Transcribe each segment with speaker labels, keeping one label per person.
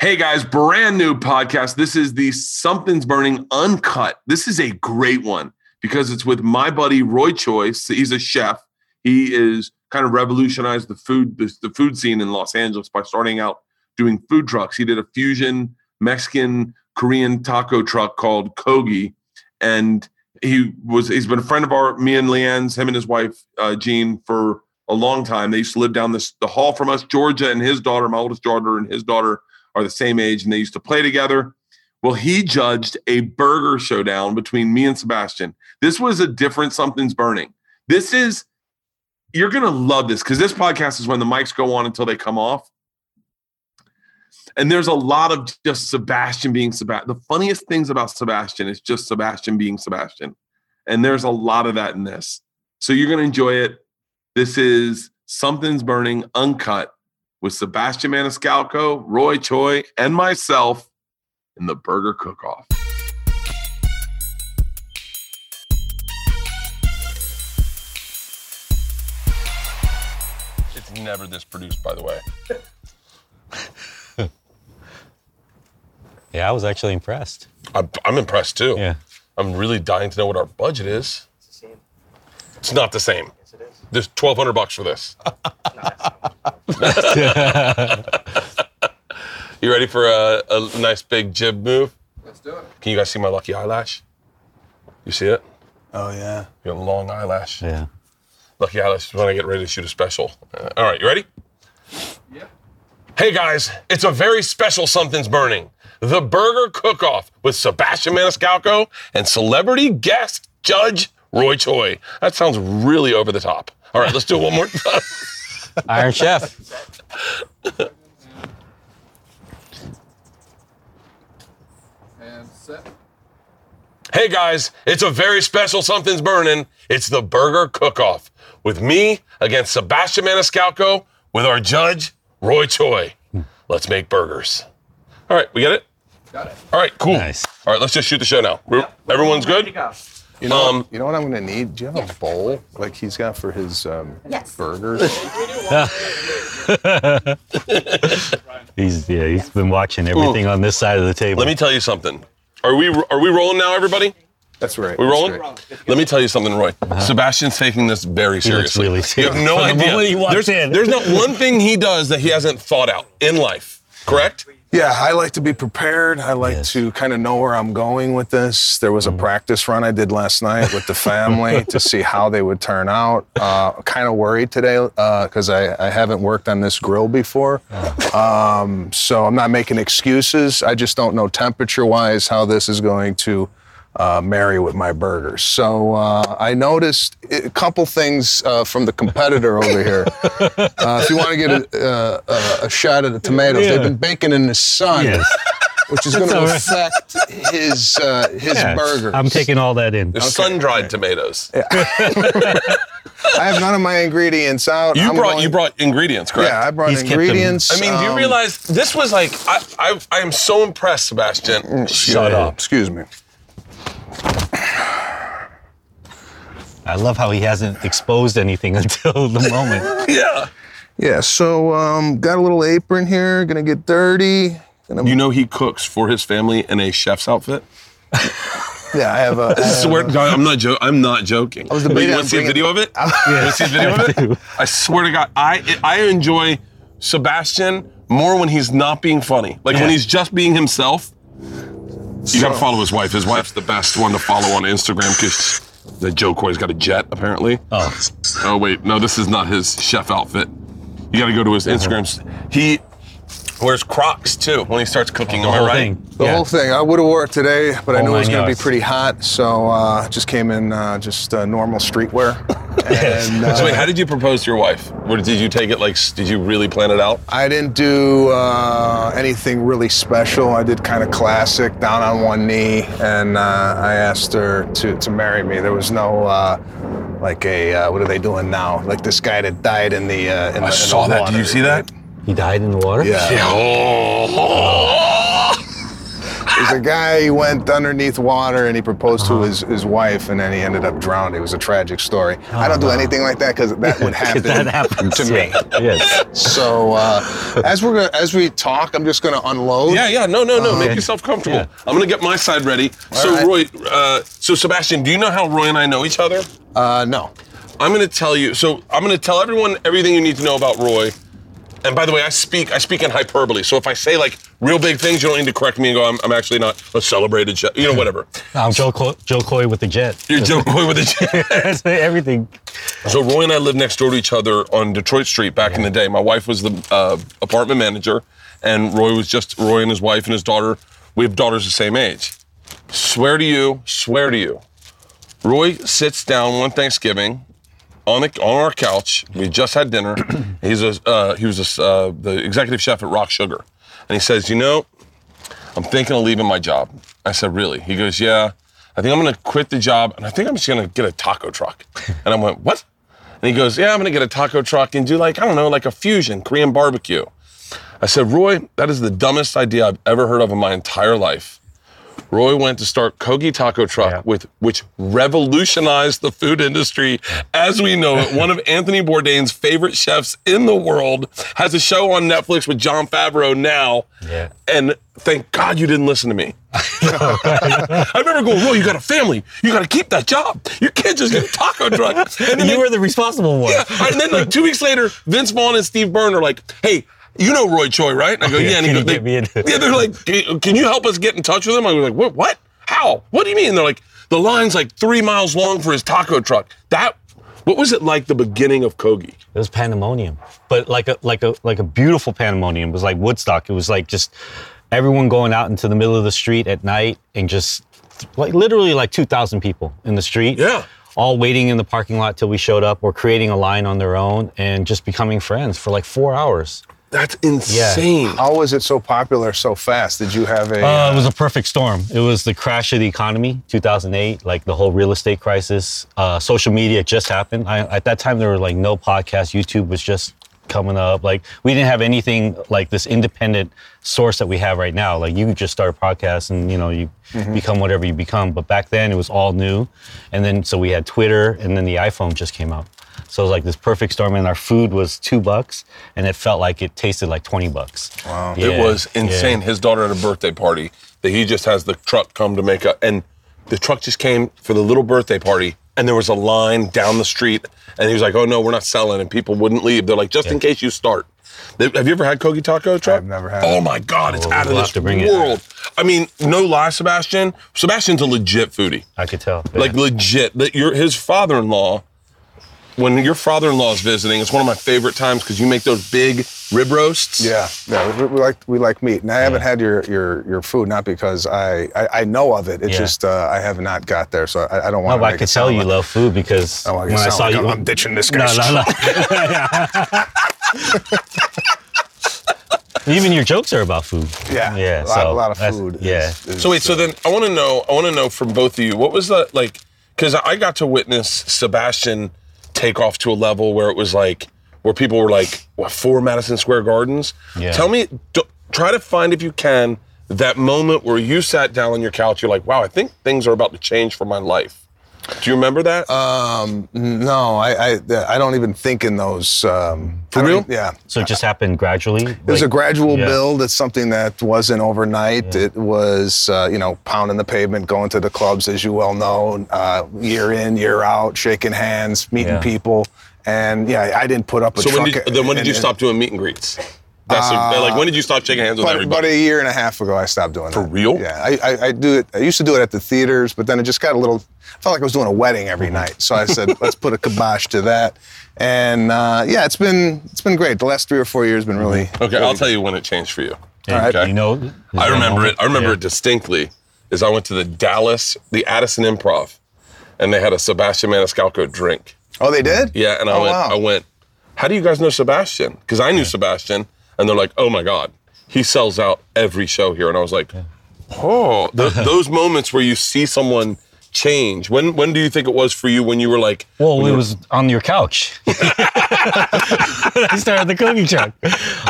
Speaker 1: Hey guys, brand new podcast. This is the Something's Burning Uncut. This is a great one because it's with my buddy Roy Choice. He's a chef. He is kind of revolutionized the food the, the food scene in Los Angeles by starting out doing food trucks. He did a fusion Mexican Korean taco truck called Kogi, and he was he's been a friend of our me and Leanne's him and his wife uh, Jean for a long time. They used to live down this the hall from us. Georgia and his daughter, my oldest daughter, and his daughter are the same age, and they used to play together. Well, he judged a burger showdown between me and Sebastian. This was a different something's burning. This is you're gonna love this because this podcast is when the mics go on until they come off. And there's a lot of just Sebastian being Sebastian. The funniest things about Sebastian is just Sebastian being Sebastian. And there's a lot of that in this. So you're going to enjoy it. This is Something's Burning Uncut with Sebastian Maniscalco, Roy Choi, and myself in the Burger Cook Off. It's never this produced, by the way.
Speaker 2: Yeah, I was actually impressed.
Speaker 1: I'm, I'm impressed too.
Speaker 2: Yeah.
Speaker 1: I'm really dying to know what our budget is. It's not the same. There's 1,200 bucks for this. you ready for a, a nice big jib move?
Speaker 3: Let's do it.
Speaker 1: Can you guys see my lucky eyelash? You see it?
Speaker 3: Oh yeah.
Speaker 1: You got a long eyelash.
Speaker 2: Yeah.
Speaker 1: Lucky eyelash is when I get ready to shoot a special. Uh, all right, you ready?
Speaker 3: Yeah.
Speaker 1: Hey guys, it's a very special Something's Burning. The Burger Cook Off with Sebastian Maniscalco and celebrity guest judge Roy Choi. That sounds really over the top. All right, let's do it one more time.
Speaker 2: Iron Chef.
Speaker 3: And set.
Speaker 1: Hey guys, it's a very special Something's Burning. It's the Burger Cook Off with me against Sebastian Maniscalco with our judge Roy Choi. Let's make burgers. All right, we get it?
Speaker 3: Got it.
Speaker 1: All right, cool.
Speaker 2: Nice.
Speaker 1: All right, let's just shoot the show now. We're- Everyone's good?
Speaker 4: You know,
Speaker 1: Um,
Speaker 4: you know what I'm gonna need? Do you have a bowl like he's got for his um,
Speaker 5: Yes.
Speaker 4: burgers?
Speaker 2: He's yeah, he's been watching everything on this side of the table.
Speaker 1: Let me tell you something. Are we are we rolling now, everybody?
Speaker 4: That's right.
Speaker 1: We
Speaker 4: that's
Speaker 1: rolling?
Speaker 4: right.
Speaker 1: Let me tell you something, Roy. Sebastian's taking this very
Speaker 2: Uh-huh. He looks
Speaker 1: seriously.
Speaker 2: really serious.
Speaker 1: You have no
Speaker 2: From the
Speaker 1: idea.
Speaker 2: moment he walks
Speaker 1: there's,
Speaker 2: in.
Speaker 1: there's not one thing he does that he hasn't thought out in life. Correct?
Speaker 4: Yeah, I like to be prepared. I like to kind of know where I'm going with this. There was a practice run I did last night with the family to see how they would turn out. Uh, kind of worried today because I, I haven't worked on this grill before. Um, so I'm not making excuses. I just don't know temperature wise how this is going to uh, marry with my burgers. So uh, I noticed a couple things uh, from the competitor over here. Uh, if you want to get a, uh, a, a shot at the tomatoes,
Speaker 2: Yeah.
Speaker 4: they've been baking in the sun,
Speaker 2: Yes.
Speaker 4: which is going to
Speaker 2: all right.
Speaker 4: affect his uh, his
Speaker 2: Yeah,
Speaker 4: burgers.
Speaker 2: I'm taking all that in.
Speaker 1: There's sun-dried tomatoes.
Speaker 4: I have none of my ingredients out.
Speaker 1: You
Speaker 4: I'm
Speaker 1: brought
Speaker 4: going-
Speaker 1: you brought ingredients, correct?
Speaker 4: Yeah, I brought
Speaker 2: He's kept them-
Speaker 4: ingredients.
Speaker 1: I mean, do you
Speaker 4: um,
Speaker 1: realize this was like I, I I am so impressed, Sebastian.
Speaker 2: Mm-hmm.
Speaker 1: Shut
Speaker 4: yeah,
Speaker 1: up.
Speaker 4: Excuse me.
Speaker 2: I love how he hasn't exposed anything until the moment.
Speaker 1: Yeah.
Speaker 4: Yeah, so um, got a little apron here. Gonna get dirty. Gonna,
Speaker 1: You know he cooks for his family in a chef's outfit.
Speaker 4: yeah, I have a. I have
Speaker 1: Swear to God, I'm not joking. I'm not joking. I
Speaker 4: Uh, was debating
Speaker 1: want
Speaker 4: on
Speaker 1: to see a
Speaker 4: bringing-
Speaker 1: video of it? You want to see a video of it? I swear to God, I I enjoy Sebastian more when he's not being funny. Like when
Speaker 2: Yeah.
Speaker 1: he's just being himself. You gotta
Speaker 4: So-
Speaker 1: follow his wife. His wife's the best one to follow on Instagram because the Joe Coy's got a jet apparently.
Speaker 2: Oh,
Speaker 1: Oh wait, no, this is not his chef outfit. You got to go to his Instagram. He wears Crocs too when he starts cooking.
Speaker 2: Oh, the
Speaker 1: am I
Speaker 2: whole
Speaker 1: right?
Speaker 2: thing.
Speaker 4: The
Speaker 2: yeah.
Speaker 4: whole thing. I would have wore it today,
Speaker 1: Oh
Speaker 4: but I
Speaker 2: Whole
Speaker 4: knew it was
Speaker 2: nine
Speaker 4: going to be
Speaker 2: yards.
Speaker 4: pretty hot, so uh, just came in uh, just uh, normal streetwear. and, uh,
Speaker 1: So wait, how did you propose to your wife? Or did you take it like? s- Did you really plan it out?
Speaker 4: I didn't do uh, anything really special. I did kind of classic, down on one knee, and uh, I asked her to, to marry me. There was no uh, like a uh, what are they doing now? Like this guy that died in the uh, in the, in the
Speaker 1: Did you
Speaker 4: water,
Speaker 1: see that?
Speaker 2: He died in the water.
Speaker 4: Yeah.
Speaker 1: Oh.
Speaker 4: was a guy. He went underneath water and he proposed
Speaker 1: Uh-huh.
Speaker 4: to his, his wife, and then he ended up drowning. It was a tragic story. I
Speaker 1: Oh,
Speaker 4: don't do anything like that because that would happen
Speaker 2: that happens
Speaker 4: to me.
Speaker 2: yeah. Yes.
Speaker 4: So uh, as we're gonna, as we talk, I'm just gonna unload.
Speaker 1: Yeah, yeah, no, no, no. Make
Speaker 2: okay.
Speaker 1: yourself comfortable.
Speaker 2: Yeah.
Speaker 1: I'm gonna get my side ready. so,
Speaker 4: right.
Speaker 1: Roy, uh, so Sebastian, do you know how Roy and I know each other?
Speaker 4: Uh, no.
Speaker 1: I'm gonna tell you. So, I'm gonna tell everyone everything you need to know about Roy. And by the way, I speak. I speak in hyperbole. So if I say like real big things, you don't need to correct me and go, "I'm, I'm actually not a celebrated chef." You know, whatever.
Speaker 2: I'm Joe Coy, Joe Coy with the jet.
Speaker 1: You're Joe Coy with a J.
Speaker 2: That's everything.
Speaker 1: So Roy and I lived next door to each other on Detroit Street back in the day. My wife was the uh, apartment manager, and Roy was just Roy and his wife and his daughter. We have daughters the same age. Swear to you, swear to you. Roy sits down one Thanksgiving on the, on our couch. We just had dinner. He's a uh, he was a s uh, the executive chef at Rock Sugar, and he says, "You know, I'm thinking of leaving my job." I said, "Really?" He goes, "Yeah." I think I'm gonna quit the job and I think I'm just gonna get a taco truck. And I went, What? And he goes, Yeah, I'm gonna get a taco truck and do like, I don't know, like a fusion, Korean barbecue. I said, Roy, that is the dumbest idea I've ever heard of in my entire life. Roy went to start Kogi Taco Truck,
Speaker 2: Yeah.
Speaker 1: with which revolutionized the food industry as we know it. One of Anthony Bourdain's favorite chefs in the world has a show on Netflix with John Favreau now.
Speaker 2: Yeah.
Speaker 1: And thank God you didn't listen to me. I remember going, Roy, you got a family. You got to keep that job. You can't just get a taco truck. And then,
Speaker 2: You were the responsible one.
Speaker 1: and then like two weeks later, Vince Vaughn and Steve Byrne are like, hey, you know Roy Choi, right? And I go, yeah.
Speaker 2: yeah,
Speaker 1: And
Speaker 2: can
Speaker 1: he
Speaker 2: you
Speaker 1: goes,
Speaker 2: get me in?"
Speaker 1: yeah, they're like, "Can- can you help us get in touch with him? I was like, what? What? How? What do you mean? And they're like, the line's like three miles long for his taco truck. That, what was it like the beginning of Kogi?
Speaker 2: It was pandemonium, but like a like a like a beautiful pandemonium. It was like Woodstock. It was like just everyone going out into the middle of the street at night and just like literally like two thousand people in the street.
Speaker 1: Yeah.
Speaker 2: All waiting in the parking lot till we showed up, or creating a line on their own, and just becoming friends for like four hours.
Speaker 1: That's insane.
Speaker 4: How was it so popular so fast? Did you have a?
Speaker 2: Uh, it was a perfect storm. It was the crash of the economy, 2008, like the whole real estate crisis. Uh, social media just happened. I, at that time, there were like no podcasts. YouTube was just coming up. Like we didn't have anything like this independent source that we have right now. Like you could just start a podcast and you know you
Speaker 1: Mm-hmm.
Speaker 2: become whatever you become. But back then, it was all new, and then so we had Twitter, and then the iPhone just came out. So it was like this perfect storm, and our food was two bucks, and it felt like it tasted like twenty bucks. Wow,
Speaker 1: It was insane. His daughter had a birthday party that he just has the truck come to make up, and the truck just came for the little birthday party, and there was a line down the street, and he was like, "Oh no, we're not selling," and people wouldn't leave. They're like, "Just in case you start." They- Have you ever had Kogi Taco truck?
Speaker 4: I've never had
Speaker 1: Oh
Speaker 4: it.
Speaker 1: my God, it's
Speaker 2: Well,
Speaker 1: out of
Speaker 2: we'll
Speaker 1: this
Speaker 2: have to bring it.
Speaker 1: world. I mean, no lie, Sebastian. Sebastian's a legit foodie.
Speaker 2: I could tell.
Speaker 1: Like
Speaker 2: Yeah.
Speaker 1: legit. That your his father-in-law. When your father-in-law is visiting, it's one of my favorite times because you make those big rib roasts.
Speaker 4: Yeah, yeah, we, we like we like meat, and I haven't had your your your food not because I I, I know of it. It's
Speaker 2: Yeah.
Speaker 4: just uh, I have not got there, so I, I don't want.
Speaker 2: No, but I could tell you love food because
Speaker 4: Oh, I
Speaker 2: when I
Speaker 4: sound
Speaker 2: saw
Speaker 4: like
Speaker 2: you,
Speaker 4: I'm- I'm ditching this
Speaker 2: no,
Speaker 4: guy's
Speaker 2: no, no. Even your jokes are about food.
Speaker 4: Yeah,
Speaker 2: yeah.
Speaker 4: a lot,
Speaker 2: so
Speaker 4: a lot of
Speaker 2: that's-
Speaker 4: food. is-
Speaker 2: Yeah,
Speaker 4: is,
Speaker 1: So wait, so then I want to know, I want to know from both of you, what was the like? Because I got to witness Sebastian take off to a level where it was like, where people were like, what, four Madison Square Gardens?
Speaker 2: Yeah.
Speaker 1: Tell me, d try to find if you can that moment where you sat down on your couch, you're like, wow, I think things are about to change for my life. Do you remember that?
Speaker 4: no, I I, I don't even think in those. Um,
Speaker 1: For
Speaker 4: I don't
Speaker 1: real?
Speaker 4: even- yeah.
Speaker 2: so it just happened gradually.
Speaker 4: It was a gradual
Speaker 2: yeah.
Speaker 4: build. It's something that wasn't overnight. It was, uh, you know, pounding the pavement, going to the clubs, as you well know, uh, year in, year out, shaking hands, meeting
Speaker 2: Yeah.
Speaker 4: people. And yeah, I didn't put up with
Speaker 1: so when did, then when did
Speaker 4: and-
Speaker 1: you
Speaker 4: and-
Speaker 1: stop doing meet and greets? That's a- like when did you stop shaking hands with
Speaker 4: But
Speaker 1: everybody?
Speaker 4: about a year and a half ago, I stopped doing it. For
Speaker 1: real?
Speaker 4: Yeah, I, I, I do it. I used to do it at the theaters, but then it just got a little. I felt like I was doing a wedding every
Speaker 1: Mm-hmm.
Speaker 4: night, so I said, let's put a kibosh to that. And uh, yeah, it's been it's been great. The last three or four years have been really.
Speaker 1: Mm-hmm. Okay, I'll tell you when it changed for you.
Speaker 2: And
Speaker 1: Okay.
Speaker 2: You know,
Speaker 1: I remember it. I remember
Speaker 2: Yeah.
Speaker 1: it distinctly. Is I went to the Dallas, the Addison Improv, and they had a Sebastian Maniscalco drink.
Speaker 4: Oh, they did.
Speaker 1: Yeah, and I
Speaker 4: Oh,
Speaker 1: went.
Speaker 4: wow.
Speaker 1: I went. How do you guys know Sebastian? Because I knew Sebastian, and they're like, "Oh my God, he sells out every show here." And I was like, "Oh, th- those moments where you see someone change? When when do you think it was for you when you were like,
Speaker 2: Well, it was on your couch. I started the cooking truck.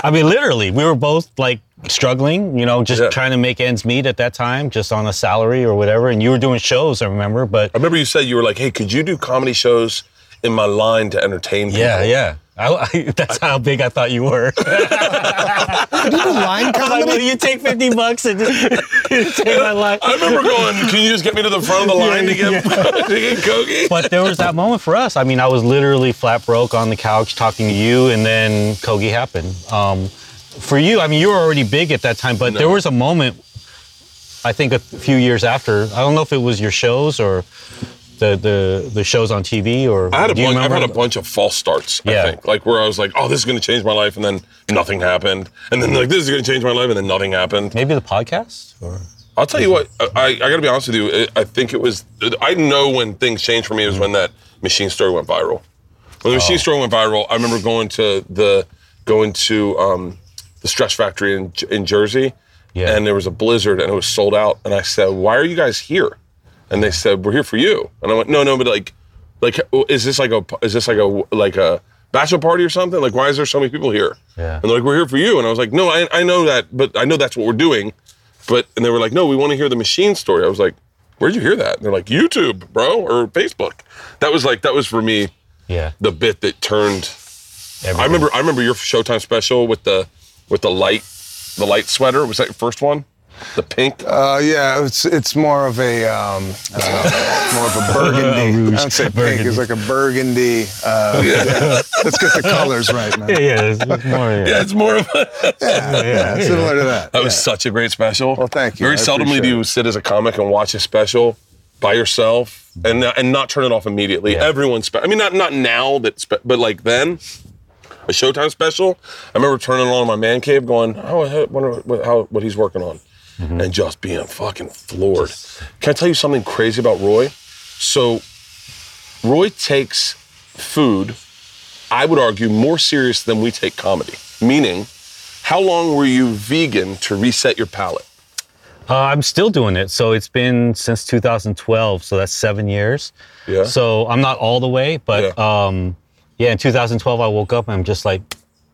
Speaker 2: I mean, literally, we were both like struggling, you know, just
Speaker 1: Yeah.
Speaker 2: trying to make ends meet at that time, just on a salary or whatever. And you were doing shows, I remember, but
Speaker 1: I remember you said you were like, hey, could you do comedy shows in my line to entertain people?
Speaker 2: yeah, yeah. I, I, that's how big I thought you were.
Speaker 4: Line
Speaker 2: I was like, will you take 50 bucks and take my life?
Speaker 1: I remember going, can you just get me to the front of the line to get, to get cookie?
Speaker 2: but there was that moment for us. I mean, I was literally flat broke on the couch talking to you, and then Kogi happened. Um, for you, I mean, you were already big at that time, but there was a moment, I think, a few years after. I don't know if it was your shows or the the, the shows on TV or.
Speaker 1: I had a
Speaker 2: do you
Speaker 1: bunch, I've had
Speaker 2: remember?
Speaker 1: a bunch of false starts,
Speaker 2: Yeah.
Speaker 1: I think. Like where I was like, oh, this is going to change my life. And then nothing happened. And then like, this is going to change my life. And then nothing happened.
Speaker 2: Maybe the podcast. Or?
Speaker 1: I'll tell you what, uh, I, I got to be honest with you. I- I think it was, I know when things changed for me was when that machine story went viral. When the
Speaker 2: Oh.
Speaker 1: machine story went viral, I remember going to the, going to um, the Stress Factory in, in Jersey.
Speaker 2: Yeah.
Speaker 1: And there was a blizzard and it was sold out. And I said, why are you guys here? And they said, we're here for you. And I went, no, no, but like, like, is this like a, is this like a, like a bachelor party or something? Like, why is there so many people here?
Speaker 2: Yeah.
Speaker 1: And they're like, we're here for you. And I was like, no, I, I know that, but I know that's what we're doing. But, and they were like, no, we want to hear the machine story. I was like, where'd you hear that? And they're like, YouTube, bro, or Facebook. That was like, that was for me,
Speaker 2: Yeah.
Speaker 1: the bit that turned I
Speaker 2: everything.
Speaker 1: remember I remember your Showtime special with the with the light the light sweater. Was that your first one? The pink?
Speaker 4: Uh, yeah, it's it's more of a um, I don't know, more of a burgundy. I would say pink
Speaker 2: Burgundy.
Speaker 4: is like a burgundy. Uh, yeah. Let's get the colors right, man.
Speaker 2: Yeah, yeah. It's, it's more, yeah.
Speaker 1: yeah, it's more of a
Speaker 4: Yeah, similar to that.
Speaker 1: That was such a great special.
Speaker 4: Well, thank you.
Speaker 1: Very
Speaker 4: I
Speaker 1: seldomly do
Speaker 4: appreciate
Speaker 1: you sit as a comic and watch a special by yourself and and not turn it off immediately.
Speaker 2: Yeah.
Speaker 1: Everyone's spe- I mean not not now that spe- but like then a Showtime special. I remember turning on my man cave going, "Oh, I wonder what, how, what he's working on." And just being fucking floored. Can I tell you something crazy about Roy? So Roy takes food, I would argue, more serious than we take comedy. Meaning, how long were you vegan to reset your palate?
Speaker 2: Uh, I'm still doing it. So it's been since 2012. So that's seven years.
Speaker 1: Yeah.
Speaker 2: So I'm not all the way, but yeah. um, yeah. In 2012, I woke up and I'm just like,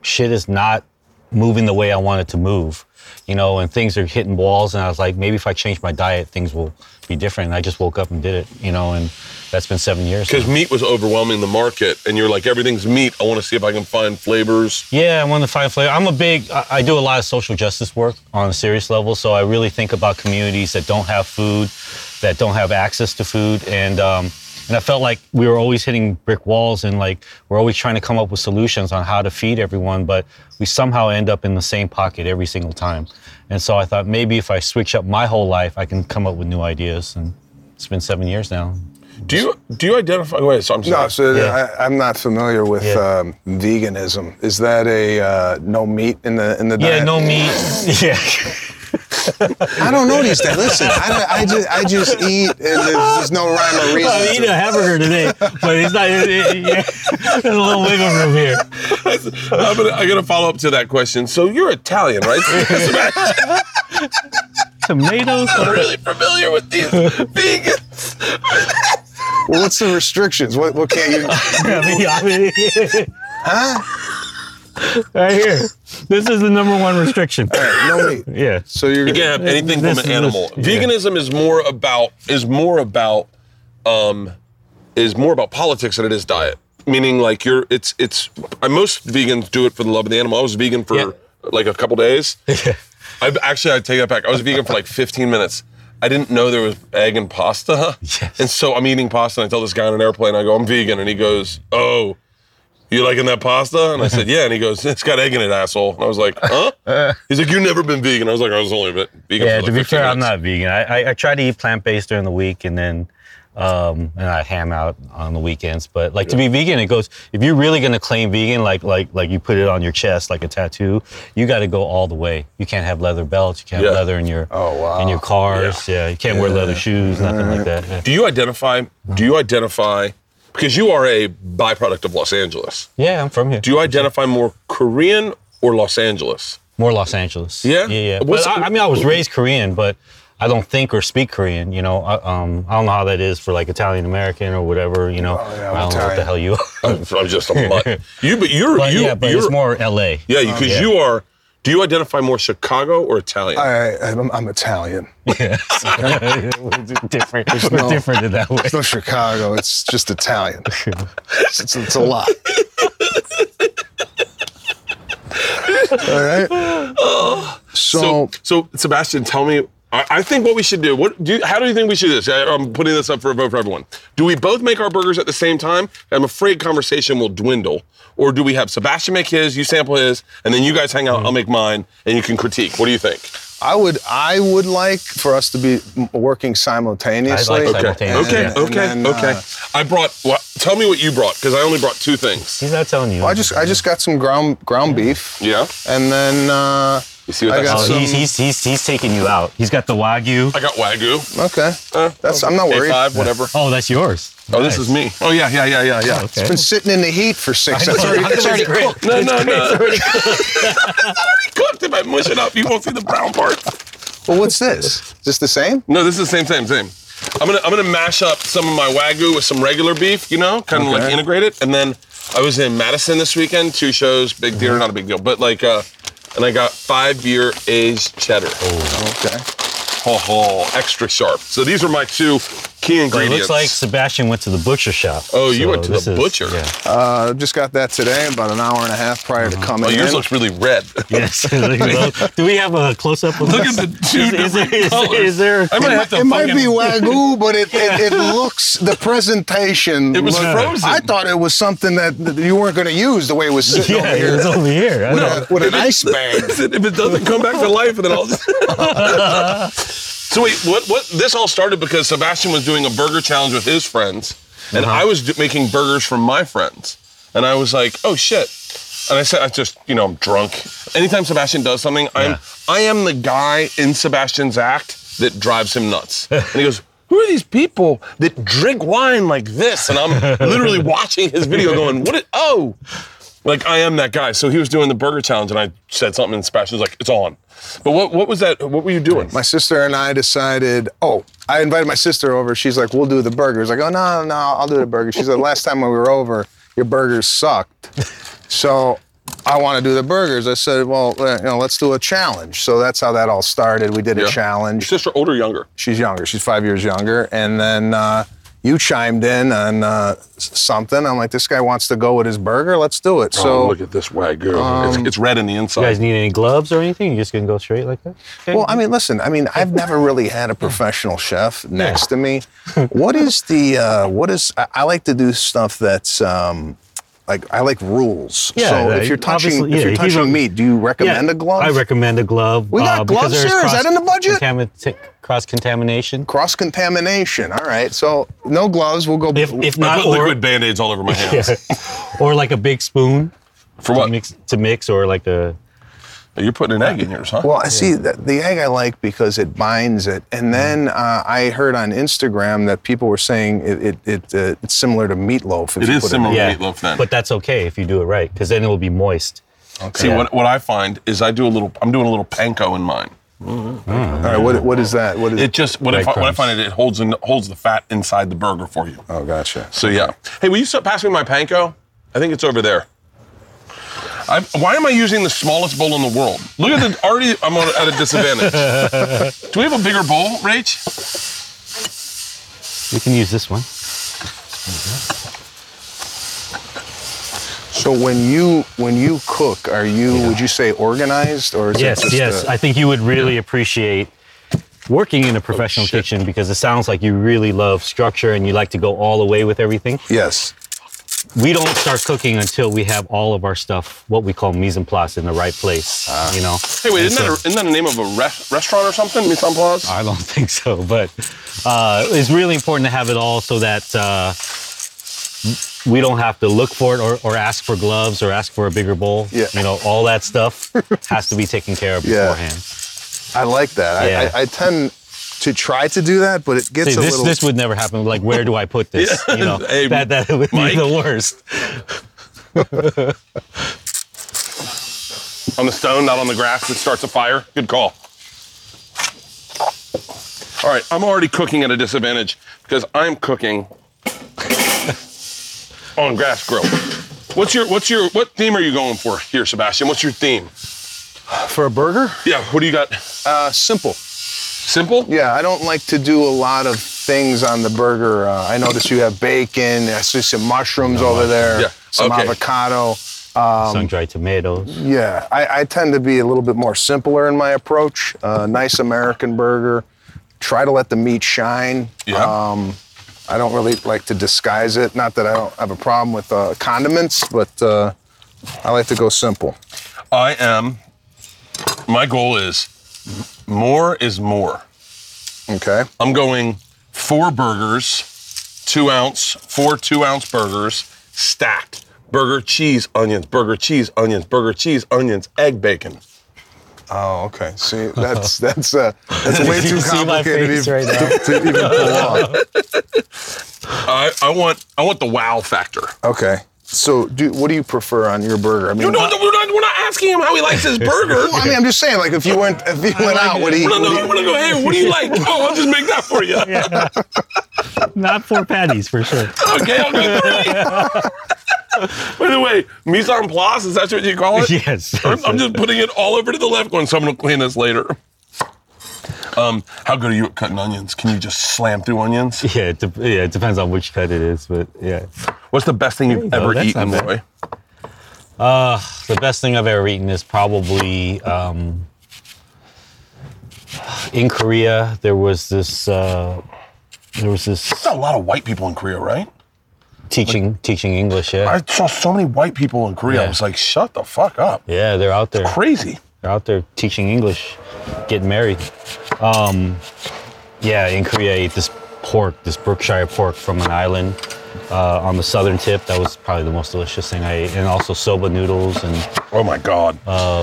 Speaker 2: shit is not moving the way I want it to move, you know. And things are hitting walls, and I was like, maybe if I change my diet, things will be different. And I just woke up and did it, you know. And that's been seven years.
Speaker 1: Because meat was overwhelming the market, and you're like, everything's meat. I want to see if I can find flavors.
Speaker 2: Yeah, I want to find flavor. I'm a big. I, I do a lot of social justice work on a serious level, so I really think about communities that don't have food, that don't have access to food, and um, and I felt like we were always hitting brick walls, and like we're always trying to come up with solutions on how to feed everyone, but we somehow end up in the same pocket every single time. And so I thought maybe if I switch up my whole life, I can come up with new ideas. And it's been seven years now.
Speaker 1: Do you do you identify? Wait, so I'm sorry.
Speaker 4: No, so uh,
Speaker 2: Yeah.
Speaker 4: I, I'm not familiar with
Speaker 2: Yeah.
Speaker 4: um, veganism. Is that a uh, no meat in the in the diet?
Speaker 2: Yeah, no meat. yeah.
Speaker 4: I don't know these days. Listen, I, I just I just eat, and there's, there's no rhyme or reason.
Speaker 2: I'm
Speaker 4: to
Speaker 2: eating a hamburger today, but it's not. It, it, yeah. There's a little wiggle room here.
Speaker 1: I'm gonna, I gotta follow up to that question. So you're Italian, right? I'm
Speaker 2: Tomatoes.
Speaker 1: really familiar with these vegans.
Speaker 4: Well, what's the restrictions? What what can't you?
Speaker 2: I mean, I mean, right here. This is the number one restriction.
Speaker 4: No meat.
Speaker 2: Yeah.
Speaker 4: So you're
Speaker 1: You can't have anything
Speaker 2: This
Speaker 1: from an
Speaker 2: is-
Speaker 1: animal.
Speaker 2: yeah.
Speaker 1: Veganism is more about is more about um, is more about politics than it is diet. Meaning, like you're, it's it's. I, most vegans do it for the love of the animal. I was vegan for
Speaker 2: Yeah.
Speaker 1: like a couple days. I actually I take that back. I was vegan for like 15 minutes. I didn't know there was egg and pasta.
Speaker 2: Yes.
Speaker 1: And so I'm eating pasta, and I tell this guy on an airplane, I go, I'm vegan, and he goes, Oh. You liking that pasta? And I said, Yeah. And he goes, It's got egg in it, asshole. And I was like, Huh? He's like, You've never been vegan. I was like, I was only a bit vegan.
Speaker 2: Yeah.
Speaker 1: for
Speaker 2: To
Speaker 1: like
Speaker 2: be
Speaker 1: 15
Speaker 2: fair, I'm
Speaker 1: minutes."
Speaker 2: not vegan. I, I, I try to eat plant based during the week, and then. Um, and I ham out on the weekends, but like to be vegan, it goes. If you're really gonna claim vegan, like like like you put it on your chest, like a tattoo, you got to go all the way. You can't have leather belts. You can't have
Speaker 1: Yeah.
Speaker 2: leather in your
Speaker 4: Oh, wow.
Speaker 2: in your cars. Yeah, you can't wear leather shoes. Nothing like that. Yeah.
Speaker 1: Do you identify? Do you identify? Because you are a byproduct of Los Angeles.
Speaker 2: Yeah, I'm from here.
Speaker 1: Do you identify more Korean or Los Angeles?
Speaker 2: More Los Angeles.
Speaker 1: Yeah?
Speaker 2: yeah, yeah.
Speaker 1: What's-
Speaker 2: But I, I mean, I was raised Korean, but I don't think or speak Korean. You know, I, um, I don't know how that is for like Italian American or whatever. You know,
Speaker 4: Oh, yeah, I'm
Speaker 2: I don't know what the
Speaker 4: Italian.
Speaker 2: hell you are.
Speaker 1: I'm, I'm just a mutt. You, but you're
Speaker 2: But
Speaker 1: you,
Speaker 2: yeah, but
Speaker 1: you're
Speaker 2: it's more LA.
Speaker 1: yeah,
Speaker 4: Um,
Speaker 1: because
Speaker 2: yeah.
Speaker 1: you are. Do you identify more Chicago or Italian?
Speaker 4: I, I'm, I'm Italian.
Speaker 2: we're different. we're
Speaker 4: no-
Speaker 2: different in that way.
Speaker 4: It's no Chicago. It's just Italian. It's, it's, it's a lot. All right.
Speaker 1: so,
Speaker 4: So,
Speaker 1: so Sebastian, tell me. I, I think what we should do. What do? You, how do you think we should do this? I, I'm putting this up for a vote for everyone. Do we both make our burgers at the same time? I'm afraid conversation will dwindle. Or do we have Sebastian make his, you sample his, and then you guys hang out.
Speaker 4: Mm-hmm.
Speaker 1: I'll make mine, and you can critique. What do you think?
Speaker 4: I would I would like for us to be m- working simultaneously.
Speaker 2: simultaneous,
Speaker 4: And-
Speaker 1: Okay,
Speaker 2: yeah.
Speaker 4: and
Speaker 1: okay,
Speaker 4: then, uh,
Speaker 1: okay. I brought. Well, tell me what you brought because I only brought two things.
Speaker 2: He's not telling you.
Speaker 4: I just I just got some ground ground beef.
Speaker 1: Yeah.
Speaker 4: And then uh,
Speaker 1: You see what
Speaker 4: I
Speaker 1: that's-
Speaker 4: got
Speaker 2: Oh,
Speaker 4: some.
Speaker 2: he's, he's, he's, he's taking you out. He's got the wagyu.
Speaker 1: I got wagyu,
Speaker 4: okay.
Speaker 1: Uh,
Speaker 4: That's I'm not worried.
Speaker 1: A5, whatever.
Speaker 2: Oh, that's yours.
Speaker 1: Oh, this is me. Oh yeah, yeah, yeah, yeah, yeah.
Speaker 2: Okay.
Speaker 4: Been sitting in the heat for six
Speaker 2: I know,
Speaker 4: hours.
Speaker 2: I know, it's great.
Speaker 1: No, no, no. It's already cooked. If I mush it up, you won't see the brown part.
Speaker 4: Well, what's this? Is this the same?
Speaker 1: No, this is the same, same, same. I'm gonna I'm gonna mash up some of my wagyu with some regular beef, you know, kind of like
Speaker 4: Okay.
Speaker 1: integrate it. And then I was in Madison this weekend, two shows, big deal, not a big deal, but like, uh, and I got five year aged cheddar, oh.
Speaker 4: Okay.
Speaker 1: ho, ho, extra sharp. So these are my two key
Speaker 2: But it
Speaker 1: ingredients.
Speaker 2: looks like Sebastian went to the butcher shop.
Speaker 1: Oh, you went to
Speaker 2: this
Speaker 1: the butcher.
Speaker 2: Yeah.
Speaker 4: Uh, just got that today, about an hour and a half prior to coming
Speaker 1: oh,
Speaker 4: in.
Speaker 1: yours looks really red.
Speaker 2: Yes. Do we have a close up of
Speaker 1: Look
Speaker 2: this?
Speaker 1: at the two
Speaker 2: Is, is,
Speaker 1: different
Speaker 2: is,
Speaker 1: colors.
Speaker 2: is there?
Speaker 1: I might
Speaker 4: it
Speaker 1: have to
Speaker 4: it might
Speaker 1: fucking-
Speaker 4: be wagyu, but it, it, it looks the presentation.
Speaker 1: It was
Speaker 4: looked-
Speaker 1: frozen.
Speaker 4: I thought it was something that that you weren't going to use the way it was sitting
Speaker 2: Yeah,
Speaker 4: over here
Speaker 2: it's over here. I
Speaker 4: with,
Speaker 2: know.
Speaker 4: a, with an ice bag.
Speaker 1: Listen, if it doesn't come back to life, then I'll. so wait, what? What? This all started because Sebastian was doing a burger challenge with his friends, and I was do- making burgers from my friends, and I was like, oh shit. And I said, I just, you know, I'm drunk. Anytime Sebastian does something, I'm, I am the guy in Sebastian's act that drives him nuts. And he goes, who are these people that drink wine like this? And I'm literally watching his video going, what? It, oh, like I am that guy. So he was doing the burger challenge, and I said something, and Sebastian was like, "It's on." But what what was that? What were you doing?
Speaker 4: My sister and I decided, oh, I invited my sister over. She's like, we'll do the burgers. I go, no, no, I'll do the burgers. She said, last time when we were over, your burgers sucked. So I want to do the burgers. I said, well, uh, you know, let's do a challenge. So that's how that all started. We did a
Speaker 1: Yeah.
Speaker 4: challenge.
Speaker 1: Your sister, older, or younger?
Speaker 4: she's younger. She's five years younger. And then uh, you chimed in on uh, s- something. I'm like, this guy wants to go with his burger. Let's do it.
Speaker 1: oh,
Speaker 4: So,
Speaker 1: look at this wagyu. it's, it's red in the
Speaker 2: um, You
Speaker 1: inside.
Speaker 2: guys need any gloves or anything? You're just gonna go straight like that?
Speaker 4: well, I mean, listen. I mean, I've never really had a professional chef next to me. What is the? Uh, what is? I, I like to do stuff that's. Um, like I like rules.
Speaker 2: Yeah,
Speaker 4: so
Speaker 2: yeah,
Speaker 4: if you're touching
Speaker 2: obviously,
Speaker 4: if
Speaker 2: yeah,
Speaker 4: you're
Speaker 2: if you
Speaker 4: touching
Speaker 2: don't-
Speaker 4: meat, do you recommend a glove?
Speaker 2: I recommend a glove. uh,
Speaker 4: We got
Speaker 2: because
Speaker 4: gloves
Speaker 2: there's
Speaker 4: here? Is that in the budget?
Speaker 2: cross-contamin- cross contamination.
Speaker 4: Cross contamination. All right. So no gloves. We'll go.
Speaker 2: If, if
Speaker 1: I
Speaker 2: not,
Speaker 1: put
Speaker 2: or,
Speaker 1: liquid band-aids all over my hands.
Speaker 2: or like a big spoon
Speaker 1: For
Speaker 2: to
Speaker 1: what?
Speaker 2: mix, to mix or like a.
Speaker 1: You're putting an egg in yours, huh?
Speaker 4: Well, I see that the egg I like because it binds it, and then uh, I heard on Instagram that people were saying it, it, it uh, it's similar to meatloaf. If
Speaker 1: It
Speaker 4: you
Speaker 1: is
Speaker 4: put
Speaker 1: similar.
Speaker 4: It
Speaker 2: Yeah,
Speaker 1: meatloaf Oh, then.
Speaker 2: but that's okay if you do it right, because then it will be moist.
Speaker 1: See, what, what I find is I do a little. I'm doing a little panko in mine.
Speaker 4: in. All right, what, what is that? What is
Speaker 1: It just what, I, fi- what I
Speaker 2: Breadcrumbs.
Speaker 1: find is it holds in, holds the fat inside the burger for you.
Speaker 4: Oh, gotcha.
Speaker 1: So yeah. Hey, will you stop passing me my panko? I think it's over there. I, why am I using the smallest bowl in the world? Look at the already. I'm on, at a disadvantage. Do we have a bigger bowl, Rach?
Speaker 2: You can use this one.
Speaker 4: So when you when you cook, are you would you say organized or is it
Speaker 2: Yes,
Speaker 4: just
Speaker 2: yes.
Speaker 1: uh,
Speaker 4: a-
Speaker 2: I think you would really appreciate working
Speaker 1: Oh,
Speaker 2: in a professional kitchen because it sounds like you really love structure and you like to go all the way with everything.
Speaker 4: yes.
Speaker 2: We don't start cooking until we have all of our stuff, what we call mise en place, in the right place.
Speaker 4: Ah.
Speaker 2: you know.
Speaker 1: Hey, wait.
Speaker 2: And
Speaker 1: Isn't that, a,
Speaker 2: so-
Speaker 1: isn't that the name of a res- restaurant or something? Mise en place.
Speaker 2: I don't think so, but uh, it's really important to have it all so that uh, we don't have to look for it or, or ask for gloves or ask for a bigger bowl.
Speaker 4: Yeah.
Speaker 2: You know, all that stuff has to be taken care of
Speaker 4: Yeah.
Speaker 2: beforehand.
Speaker 4: I like that.
Speaker 2: Yeah.
Speaker 4: I, I, I tend to try to do that, but it gets
Speaker 2: See,
Speaker 4: a
Speaker 2: this,
Speaker 4: little.
Speaker 2: this would never happen. Like, where do I put this? You know,
Speaker 1: Hey,
Speaker 2: that, that would
Speaker 1: Mike.
Speaker 2: be the worst.
Speaker 1: On the stone, not on the grass. It starts a fire. Good call. All right, I'm already cooking at a disadvantage because I'm cooking on grass grill. What's your what's your what theme are you going for here, Sebastian? What's your theme?
Speaker 4: For a burger?
Speaker 1: Yeah, what do you got?
Speaker 4: Uh, simple.
Speaker 1: Simple?
Speaker 4: Yeah, I don't like to do a lot of things on the burger. Uh, I notice you have bacon. I see some mushrooms over there.
Speaker 1: Yeah,
Speaker 4: Some
Speaker 1: okay.
Speaker 4: avocado. Um,
Speaker 2: sun-dried tomatoes.
Speaker 4: Yeah, I, I tend to be a little bit more simpler in my approach. Uh, nice American burger. Try to let the meat shine.
Speaker 1: Yeah.
Speaker 4: Um, I don't really like to disguise it. Not that I don't have a problem with uh, condiments, but uh, I like to go simple.
Speaker 1: I am my goal is more is more.
Speaker 4: Okay.
Speaker 1: I'm going four burgers, two ounce, four two ounce burgers, stacked. Burger, cheese, onions, burger, cheese, onions, burger, cheese, onions, egg, bacon.
Speaker 4: Oh, okay. See, that's that's uh, that's way
Speaker 2: You
Speaker 4: too
Speaker 2: see my face
Speaker 4: complicated to,
Speaker 2: right now.
Speaker 4: to- to even pull off.
Speaker 1: I, I want I want the wow factor.
Speaker 4: Okay. So, do, what do you prefer on your burger? I mean,
Speaker 1: You know,
Speaker 4: I,
Speaker 1: we're not we're not asking him how he likes his burger.
Speaker 4: I mean, I'm just saying, like, if you weren't, if you went out, would he?
Speaker 1: We're not,
Speaker 4: would he-
Speaker 1: no, we're not going, hey, what do you like? Oh, I'll just make that for you.
Speaker 2: Not four patties for sure.
Speaker 1: Okay, I'll go three. By the way, mise en place, is that what you call it?
Speaker 2: Yes.
Speaker 1: I'm, I'm just putting it all over to the left, going, someone will clean this later. Um, how good are you at cutting onions? Can you just slam through onions?
Speaker 2: Yeah, it dep yeah, it depends on which cut it is, but yeah.
Speaker 1: What's the best thing you've
Speaker 2: There you go,
Speaker 1: ever
Speaker 2: that's
Speaker 1: eaten,
Speaker 2: not bad.
Speaker 1: Roy?
Speaker 2: The best thing I've ever eaten is probably um, in Korea. There was this uh, there was this
Speaker 1: There's a lot of white people in Korea, right?
Speaker 2: teaching teaching English. Yeah,
Speaker 1: I saw so many white people in Korea. I
Speaker 2: Yeah.
Speaker 1: was like, shut the fuck up.
Speaker 2: yeah, they're out there.
Speaker 1: Crazy.
Speaker 2: They're out there teaching English, getting married. Um, yeah, in Korea, I ate this pork, this Berkshire pork from an island uh, on the southern tip. That was probably the most delicious thing I ate, and also soba noodles and.
Speaker 1: Oh my God.
Speaker 2: Uh,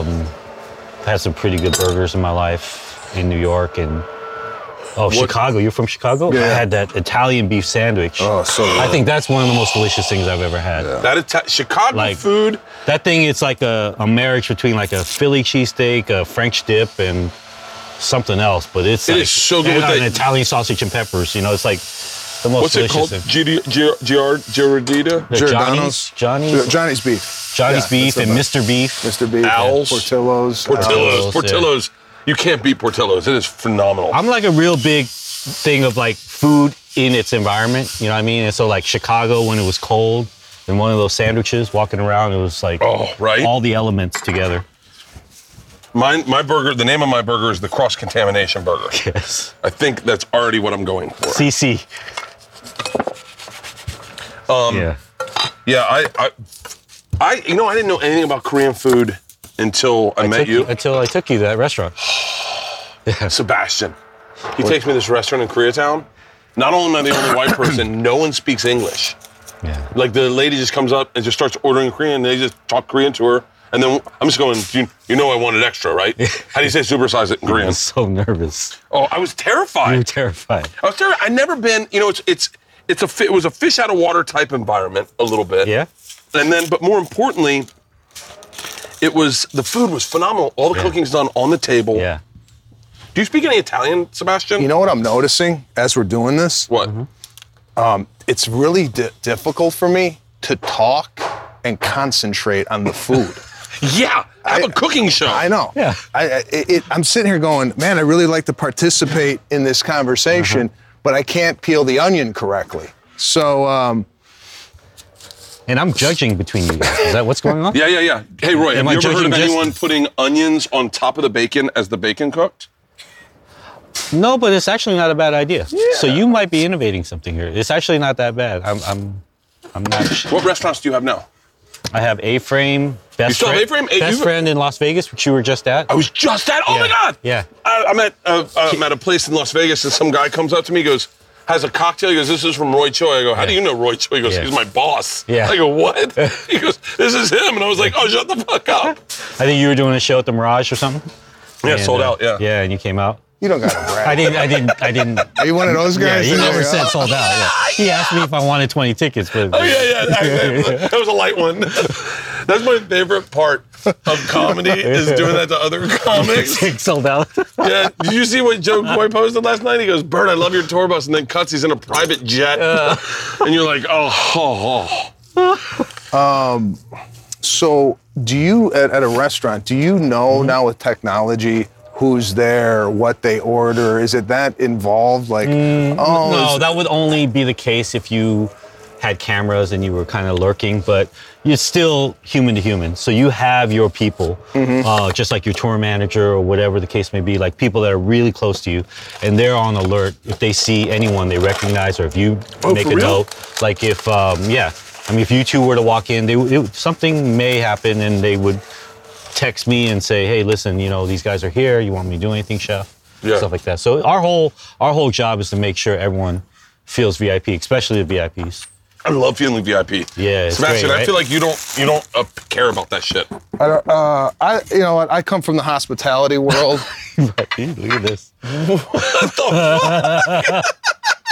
Speaker 2: I've had some pretty good burgers in my life in New York and oh Chicago. You're from Chicago? I
Speaker 4: Yeah.
Speaker 2: had that Italian beef sandwich.
Speaker 4: Oh, so good.
Speaker 2: I think that's one of the most delicious things I've ever had.
Speaker 1: that Ita- Chicago
Speaker 2: Like-
Speaker 1: food.
Speaker 2: That thing it's like a, a marriage between like a Philly cheesesteak, a French dip, and something else. But it's
Speaker 1: It
Speaker 2: like,
Speaker 1: is so good
Speaker 2: and
Speaker 1: with
Speaker 2: an
Speaker 1: that-
Speaker 2: Italian sausage and peppers. You know, it's like the most
Speaker 1: What's it
Speaker 2: delicious
Speaker 1: called?
Speaker 2: thing.
Speaker 1: Gir- Gir- Gir- Giardita?
Speaker 2: The
Speaker 4: Giordano's?
Speaker 2: Johnny's, Johnny's,
Speaker 4: Yeah, Johnny's beef.
Speaker 2: Johnny's
Speaker 4: yeah,
Speaker 2: beef
Speaker 4: that's
Speaker 2: and
Speaker 4: about-
Speaker 2: Mr. Beef.
Speaker 4: Mr. Beef.
Speaker 1: Owls.
Speaker 4: Portillo's.
Speaker 1: Portillo's.
Speaker 2: yeah.
Speaker 1: Portillo's. You can't beat Portillo's. It is phenomenal.
Speaker 2: I'm like a real big thing of like food in its environment. You know what I mean? And so like Chicago when it was cold and one of those sandwiches walking around, it was like
Speaker 1: oh, right?
Speaker 2: all the elements together.
Speaker 1: Mine, my burger, the name of my burger is the cross contamination burger.
Speaker 2: Yes.
Speaker 1: I think that's already what I'm going for.
Speaker 2: CC. Um, yeah.
Speaker 1: Yeah, I, I, I, you know, I didn't know anything about Korean food until I, met
Speaker 2: Took
Speaker 1: you,
Speaker 2: until I took you to that restaurant.
Speaker 1: Sebastian. He takes me to this restaurant in Koreatown. Not only am I the only white person, no one speaks English.
Speaker 2: Yeah.
Speaker 1: Like the lady just comes up and just starts ordering Korean. And they just talk Korean to her, and then I'm just going, you, you know, I wanted extra, right? How do you say supersize it in
Speaker 2: I
Speaker 1: Korean?
Speaker 2: was so nervous.
Speaker 1: Oh, I was
Speaker 2: You
Speaker 1: terrified.
Speaker 2: were terrified.
Speaker 1: I was terrified. I never been. You know, it's it's it's a fi- it was a fish out of water type environment a little bit.
Speaker 2: Yeah.
Speaker 1: And then, but more importantly, it was the food was phenomenal. All the
Speaker 2: Yeah.
Speaker 1: cooking's done on the table.
Speaker 2: Yeah.
Speaker 1: Do you speak any Italian, Sebastian?
Speaker 4: You know what I'm noticing as we're doing this?
Speaker 1: what?
Speaker 2: Mm-hmm.
Speaker 4: It's really di- difficult for me to talk and concentrate on the food.
Speaker 1: Yeah, have a cooking show.
Speaker 4: I know.
Speaker 2: Yeah.
Speaker 4: I, I it, it- I'm sitting here going, man, I really like to participate in this conversation,
Speaker 2: Uh-huh.
Speaker 4: but I can't peel the onion correctly. So, um,
Speaker 2: And I'm judging between you guys. Is that what's going on?
Speaker 1: Yeah, yeah, yeah. Hey, Roy,
Speaker 2: Am I
Speaker 1: have you ever heard
Speaker 2: judging
Speaker 1: of
Speaker 2: just-
Speaker 1: anyone putting onions on top of the bacon as the bacon cooked?
Speaker 2: No, but it's actually not a bad idea. So you might be innovating something here. It's actually not that bad. I'm, I'm, I'm not.
Speaker 1: What restaurants do you have now?
Speaker 2: I have A Frame. Best
Speaker 1: You still have A-Frame?
Speaker 2: friend,
Speaker 1: Hey,
Speaker 2: Best
Speaker 1: you've-
Speaker 2: friend in Las Vegas, which you were just at.
Speaker 1: I was just at. Oh my
Speaker 2: Yeah,
Speaker 1: God!
Speaker 2: yeah.
Speaker 1: I, I'm at. Uh, I'm at a place in Las Vegas, and some guy comes up to me, goes, has a cocktail. He goes, "This is from Roy Choi." I go, "How do
Speaker 2: Yeah.
Speaker 1: you know Roy Choi?" He goes,
Speaker 2: Yeah.
Speaker 1: "He's my boss."
Speaker 2: Yeah.
Speaker 1: I go, "What?" he goes, "This is him," and I was like, "Oh, shut the fuck up."
Speaker 2: I think you were doing a show at the Mirage or something.
Speaker 1: Yeah,
Speaker 2: And,
Speaker 1: sold
Speaker 2: uh,
Speaker 1: out. Yeah.
Speaker 2: Yeah, and you came out.
Speaker 4: you don't got to brag.
Speaker 2: I didn't. I didn't. I didn't.
Speaker 4: Are you one of those
Speaker 2: Yeah,
Speaker 4: guys?
Speaker 2: he
Speaker 4: that
Speaker 2: never
Speaker 4: are-
Speaker 2: said sold out. Yeah. He asked me if I wanted 20 tickets, but
Speaker 1: Oh yeah, yeah. That that was a light one. That's my favorite part of comedy is doing that to other comics.
Speaker 2: sold out.
Speaker 1: Yeah, did you see what Joe Coy posted last night? He goes, "Bert, I love your tour bus," and then cuts. He's in a private jet,
Speaker 2: Uh.
Speaker 1: and you're like, "Oh, oh, oh."
Speaker 4: So, do you at, at a restaurant? Do you know now with technology who's there, what they order? Is it that involved? Like, oh,
Speaker 2: No,
Speaker 4: is-
Speaker 2: that would only be the case if you had cameras and you were kind of lurking, but you're still human to human. So you have your people,
Speaker 1: Mm-hmm.
Speaker 2: uh, just like your tour manager or whatever the case may be, like people that are really close to you, and they're on alert if they see anyone they recognize or if you make
Speaker 1: Oh, for
Speaker 2: a
Speaker 1: real?
Speaker 2: note. Like if, um, yeah, I mean, if you two were to walk in, they, it, something may happen and they would text me and say, "Hey, listen, you know these guys are here. You want me to do anything, chef?"
Speaker 1: Yeah.
Speaker 2: Stuff like that. So our whole our whole job is to make sure everyone feels VIP, especially the VIPs.
Speaker 1: I love feeling VIP.
Speaker 2: Yeah, it's
Speaker 1: Sebastian,
Speaker 2: great,
Speaker 1: I
Speaker 2: right?
Speaker 1: feel like you don't you don't uh, care about that shit.
Speaker 4: I, don't- uh, I, you know what? I come from the hospitality world.
Speaker 2: Hey, look at this.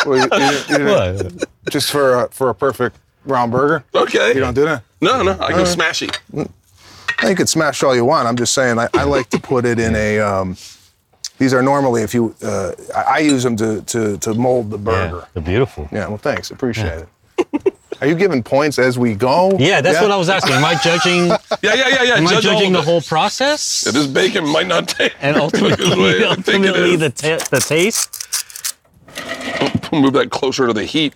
Speaker 4: where you- you- you-
Speaker 2: What?
Speaker 4: just for a, for a perfect round burger.
Speaker 1: Okay,
Speaker 4: You don't do that.
Speaker 1: No, no, I go smashy.
Speaker 4: Now, You could smash all you want. I'm just saying, I, I like to put it in a. Um, these are normally, if you, uh, I, I use them to, to to mold the burger.
Speaker 2: Yeah, they're beautiful.
Speaker 4: Yeah, well, thanks. Appreciate it. Are you giving points as we go?
Speaker 2: Yeah, that's what I was asking. Am I judging?
Speaker 1: Yeah, yeah, yeah, yeah.
Speaker 2: Am I
Speaker 1: Judge
Speaker 2: judging
Speaker 1: all
Speaker 2: the
Speaker 1: of
Speaker 2: whole process?
Speaker 1: it. This bacon might not take.
Speaker 2: And ultimately,
Speaker 1: I think it
Speaker 2: ultimately
Speaker 1: is.
Speaker 2: the, ta the taste.
Speaker 1: Move that closer to the heat.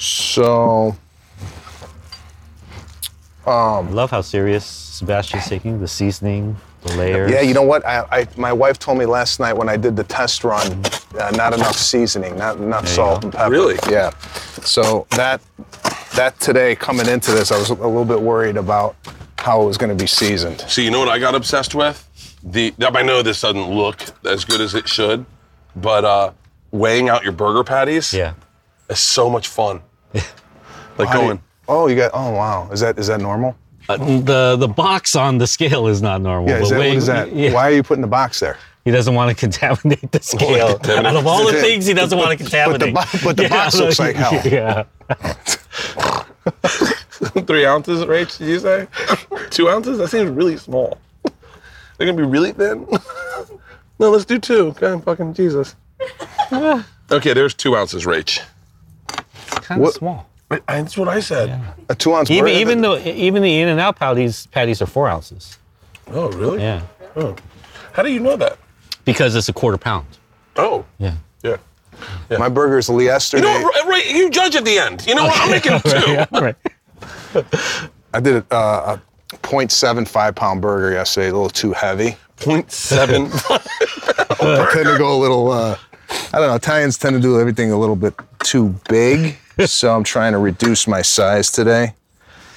Speaker 4: So,
Speaker 2: I love how serious Sebastian's taking the seasoning, the layers.
Speaker 4: yeah, you know what? I, I, my wife told me last night when I did the test run, uh, not enough seasoning, not enough
Speaker 2: There you
Speaker 4: salt
Speaker 2: go.
Speaker 4: and pepper.
Speaker 1: Really?
Speaker 4: Yeah. So that that today coming into this, I was a little bit worried about how it was going to be seasoned.
Speaker 1: So you know what I got obsessed with? The now, I know this doesn't look as good as it should, but uh, weighing out your burger patties
Speaker 2: Yeah.
Speaker 1: is so much fun. like
Speaker 4: How do you-
Speaker 1: going.
Speaker 4: Oh, you got. Oh, wow. Is that is that normal?
Speaker 2: Uh, The the box on the scale is not normal.
Speaker 4: Yeah. Is
Speaker 2: but
Speaker 4: that, what
Speaker 2: wait,
Speaker 4: is that?
Speaker 2: yeah.
Speaker 4: Why are you putting the box there?
Speaker 2: He doesn't want to contaminate the scale. Out of all the things, he doesn't want to contaminate.
Speaker 4: bo- but the box looks like hell.
Speaker 2: Yeah.
Speaker 1: Three ounces, Rach, did you say? two ounces? That seems really small. They're gonna be really thin. no, let's do two. God fucking Jesus. okay, there's two ounces, Rach.
Speaker 2: Kind of
Speaker 4: What-
Speaker 2: small.
Speaker 1: But That's what I said.
Speaker 4: A two ounce.
Speaker 2: Even
Speaker 4: burger?
Speaker 2: even though even the in and out patties patties are four ounces.
Speaker 1: Oh, really?
Speaker 2: Yeah.
Speaker 1: Oh. How do you know that?
Speaker 2: Because it's a quarter pound.
Speaker 1: Oh.
Speaker 2: Yeah.
Speaker 1: Yeah.
Speaker 4: my burgers yesterday.
Speaker 1: You know what, Ra- Ra- you judge at the end. You know what? I'm making two.
Speaker 2: Yeah, right.
Speaker 4: I did a, uh, a 0.75 pound burger yesterday, a little too heavy.
Speaker 1: Point seven.
Speaker 4: I tend to go a little, uh, I don't know, Italians tend to do everything a little bit too big. so I'm trying to reduce my size today.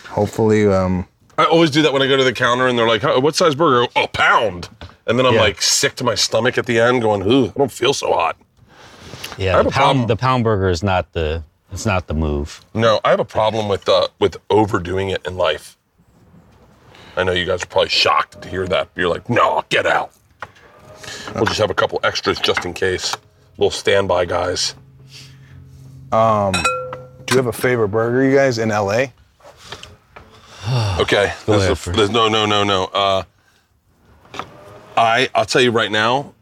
Speaker 4: Hopefully, um,
Speaker 1: I always do that when I go to the counter and they're like, "How- what size burger? A pound. And then I'm
Speaker 2: Yeah.
Speaker 1: like sick to my stomach at the end going, ooh, I don't feel so hot. I
Speaker 2: Yeah.
Speaker 1: have
Speaker 2: The
Speaker 1: a problem.
Speaker 2: pound the pound burger is not the it's not the move.
Speaker 1: No, I have a problem with uh, with overdoing it in life. I know you guys are probably shocked to hear that. You're like, no, get out. We'll just have a couple extras just in case. Little standby guys.
Speaker 4: do you have a favorite burger, you guys, in LA?
Speaker 1: Okay.
Speaker 2: Go
Speaker 1: This is
Speaker 2: ahead
Speaker 1: a-
Speaker 2: first.
Speaker 1: this- no, no, no, no. Uh, I I'll tell you right now.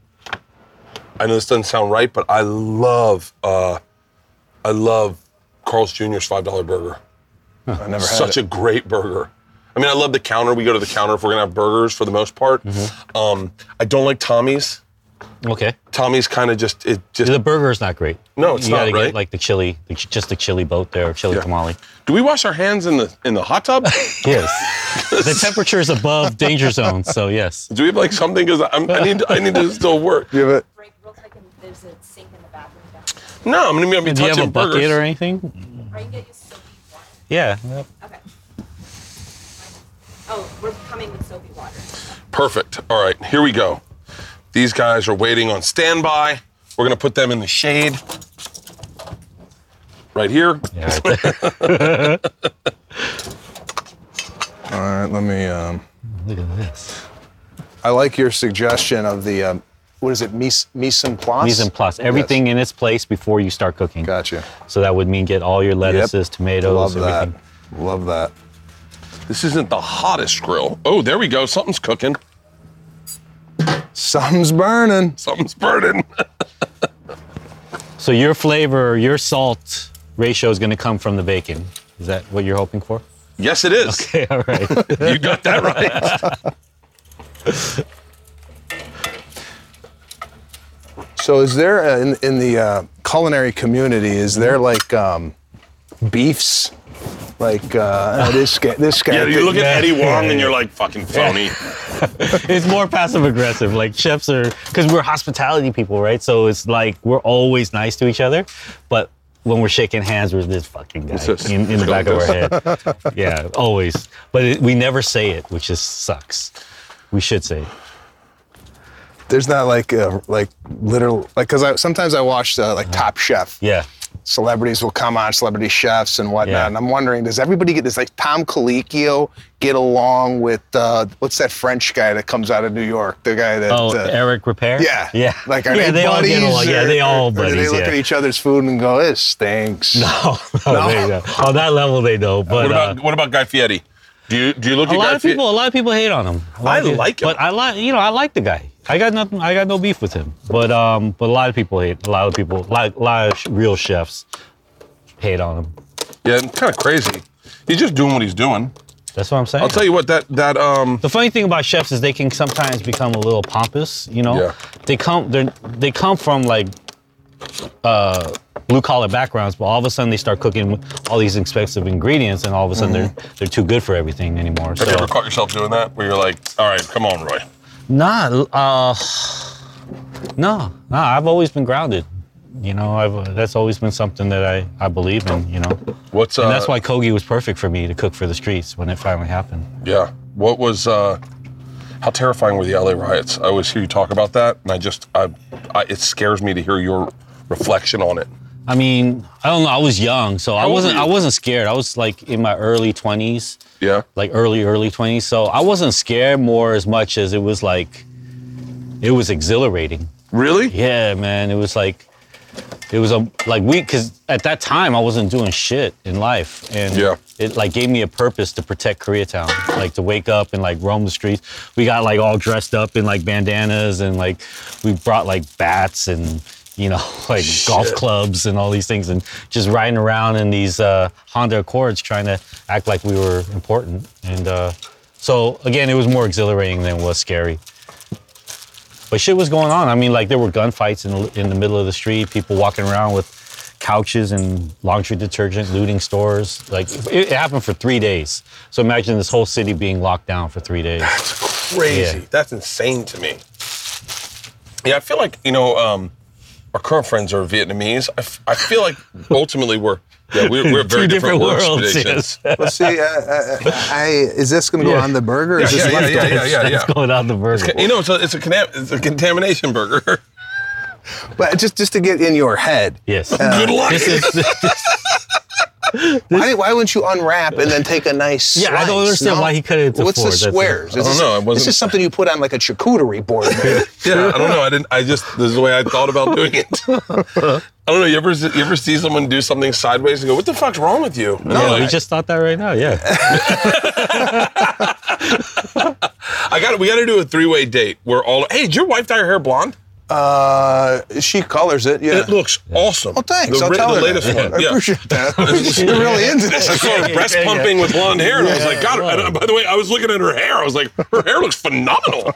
Speaker 1: I know this doesn't sound right, but I love uh, I love Carl's Jr.'s five dollar burger.
Speaker 4: I never had
Speaker 1: Such
Speaker 4: it.
Speaker 1: a great burger. I mean, I love the counter. We go to the counter if we're gonna have burgers for the most part.
Speaker 2: Mm-hmm.
Speaker 1: Um, I don't like Tommy's.
Speaker 2: Okay.
Speaker 1: Tommy's kind of just it just.
Speaker 2: The burger is not great.
Speaker 1: No, it's
Speaker 2: you
Speaker 1: not,
Speaker 2: gotta
Speaker 1: right?
Speaker 2: get like the chili, the, ch- just the chili boat there, chili
Speaker 1: Yeah.
Speaker 2: tamale.
Speaker 1: Do we wash our hands in the in the hot tub?
Speaker 2: Yes. the temperature is above danger zone, so yes.
Speaker 1: Do we have like something? Because I need I need to still work.
Speaker 4: Do you have it?
Speaker 5: break real quick and there's a sink in the bathroom down.
Speaker 1: No, I'm gonna be, I'm gonna be
Speaker 2: Do you
Speaker 1: touching
Speaker 2: have a
Speaker 1: burgers.
Speaker 2: bucket or anything?
Speaker 5: Or you can get your soapy water.
Speaker 2: Yeah.
Speaker 5: Okay. Oh, we're coming with soapy water.
Speaker 1: Perfect. All right, here we go. These guys are waiting on standby. We're gonna put them in the shade. Right here.
Speaker 2: Yeah, right there.
Speaker 4: All right, let me. Um,
Speaker 2: Look at this.
Speaker 4: I like your suggestion of the, um, what is it, mise, mise en place?
Speaker 2: Mise en place. Everything in its place before you start cooking.
Speaker 4: Gotcha.
Speaker 2: So that would mean get all your lettuces, tomatoes,
Speaker 4: Love that.
Speaker 2: everything.
Speaker 4: Love that.
Speaker 1: This isn't the hottest grill. Oh, there we go. Something's cooking.
Speaker 4: Something's burning.
Speaker 1: Something's burning.
Speaker 2: So your flavor, your salt ratio is going to come from the bacon. Is that what you're hoping for?
Speaker 1: yes, it is.
Speaker 2: Okay, all right.
Speaker 1: You got that right.
Speaker 4: So is there uh, in in the uh, culinary community? Is there
Speaker 2: Mm-hmm.
Speaker 4: like um, beefs? Like uh, this guy, this guy.
Speaker 1: Yeah, you look at
Speaker 2: Yeah.
Speaker 1: Eddie Wong and you're like, fucking phony.
Speaker 2: it's more passive aggressive. Like chefs are, because we're hospitality people, right? So it's like we're always nice to each other, but when we're shaking hands, we're this fucking guy
Speaker 1: just-
Speaker 2: in, in
Speaker 1: it's
Speaker 2: the
Speaker 1: like
Speaker 2: back of our head. Yeah, always. But it, we never say it, which just sucks. We should say it.
Speaker 4: There's not like uh, like literal like because I sometimes I watch uh, like Top Chef.
Speaker 2: Yeah.
Speaker 4: Celebrities will come on, celebrity chefs and whatnot.
Speaker 2: Yeah.
Speaker 4: And I'm wondering, does everybody get does like Tom Colicchio get along with uh, what's that French guy that comes out of New York? The guy that.
Speaker 2: Oh,
Speaker 4: uh,
Speaker 2: Eric Repair?
Speaker 4: Yeah.
Speaker 2: Yeah.
Speaker 4: Like, are
Speaker 2: yeah,
Speaker 4: they,
Speaker 2: they all
Speaker 4: buddies?
Speaker 2: get along. yeah,
Speaker 4: or-
Speaker 2: they
Speaker 4: or
Speaker 2: all buddies.
Speaker 4: Do they look
Speaker 2: yeah.
Speaker 4: at each other's food and go, "This stinks"?
Speaker 2: Oh, no, they don't. On that level, they don't. But
Speaker 1: what about
Speaker 2: uh,
Speaker 1: what about Guy Fieri? Do you do you look
Speaker 2: a
Speaker 1: at
Speaker 2: lot
Speaker 1: Guy
Speaker 2: of
Speaker 1: Fieri?
Speaker 2: people, a lot of people hate on him. A lot
Speaker 1: I
Speaker 2: of people-
Speaker 1: like him.
Speaker 2: but I like, you know, I like the guy. I got nothing. I got no beef with him. But um, but a lot of people hate. A lot of people, like a lot of sh- real chefs, hate on him.
Speaker 1: Yeah, it's kind of crazy. He's just doing what he's doing.
Speaker 2: That's what I'm saying.
Speaker 1: I'll tell you what that that um
Speaker 2: The funny thing about chefs is they can sometimes become a little pompous. You know,
Speaker 1: Yeah.
Speaker 2: they come they they come from like uh, blue collar backgrounds, but all of a sudden they start cooking with all these expensive ingredients, and all of a sudden they're they're too good for everything anymore.
Speaker 1: Mm-hmm. have
Speaker 2: so
Speaker 1: you ever caught yourself doing that where you're like, all right, come on, Roy.
Speaker 2: Nah, uh, no, no. I've always been grounded. You know, I've uh, that's always been something that I I believe in. You know,
Speaker 1: What's uh
Speaker 2: and that's why Kogi was perfect for me to cook for the streets when it finally happened.
Speaker 1: Yeah. What was uh how terrifying were the LA riots? I always hear you talk about that and I just I, I it scares me to hear your reflection on it.
Speaker 2: I mean, I don't know. I was young, so I
Speaker 1: old were
Speaker 2: wasn't.
Speaker 1: you?
Speaker 2: I wasn't scared. I was like in my early twenties,
Speaker 1: Yeah.
Speaker 2: like early early twenties. So I wasn't scared more as much as it was like, it was exhilarating.
Speaker 1: Really?
Speaker 2: Yeah, man. It was like, it was a like we because at that time I wasn't doing shit in life, and
Speaker 1: Yeah.
Speaker 2: it like gave me a purpose to protect Koreatown, like to wake up and like roam the streets. We got like all dressed up in like bandanas and like we brought like bats and you know like golf clubs and all these things and just riding around in these uh, Honda Accords trying to act like we were important. And uh, so again, it was more exhilarating than it was scary. But shit was going on. I mean, like there were gunfights in the, in the middle of the street. People walking around with couches and laundry detergent, looting stores. Like it, it happened for three days. So imagine this whole city being locked down for three days.
Speaker 1: Crazy.
Speaker 2: Yeah.
Speaker 1: That's insane to me. Yeah, I feel like, you know, um our current friends are Vietnamese. I, f- I feel like ultimately we're yeah, we're, we're very
Speaker 2: Two
Speaker 1: different,
Speaker 2: different
Speaker 1: world
Speaker 2: worlds,
Speaker 1: traditions.
Speaker 4: Well, see, uh, uh, I, is this going to go
Speaker 2: Yeah.
Speaker 4: on the burger? or
Speaker 1: Yeah,
Speaker 4: is this
Speaker 1: yeah, yeah,
Speaker 4: left
Speaker 1: yeah, yeah, yeah, yeah.
Speaker 2: That's going on the burger.
Speaker 1: You know, it's a, it's, a contam- it's a contamination burger.
Speaker 4: But just just to get in your head,
Speaker 2: yes.
Speaker 1: Good luck.
Speaker 2: This is this,
Speaker 4: why, why wouldn't you unwrap and then take a nice?
Speaker 2: Yeah, I don't
Speaker 4: slice,
Speaker 2: understand
Speaker 4: no?
Speaker 2: why he cut it into
Speaker 4: What's
Speaker 2: four,
Speaker 4: the
Speaker 2: that's it.
Speaker 4: squares?
Speaker 1: I
Speaker 4: Is
Speaker 1: don't
Speaker 4: this-
Speaker 1: know, it
Speaker 4: This
Speaker 1: wasn't-
Speaker 4: is something you put on like a charcuterie board. man.
Speaker 1: yeah, I don't know. I didn't. I just this is the way I thought about doing it. I don't know. You ever you ever see someone do something sideways and go, "What the fuck's wrong with you?" No,
Speaker 2: yeah,
Speaker 1: I,
Speaker 2: we just thought that right now. Yeah.
Speaker 1: I got. We got to do a three way date. We're all. Hey, did your wife dye her hair blonde?
Speaker 4: uh, she colors it. Yeah.
Speaker 1: It looks awesome.
Speaker 4: well, Oh, thanks.
Speaker 1: The,
Speaker 4: I'll
Speaker 1: ri-
Speaker 4: tell
Speaker 1: the
Speaker 4: her.
Speaker 1: latest
Speaker 4: that.
Speaker 1: one.
Speaker 4: I
Speaker 1: Yeah.
Speaker 4: appreciate that. You're really into
Speaker 1: I
Speaker 4: this.
Speaker 1: saw her breast
Speaker 2: Yeah, yeah.
Speaker 1: pumping with blonde hair, and I was like, God. and, uh, by the way, I was looking at her hair. I was like, her hair looks phenomenal.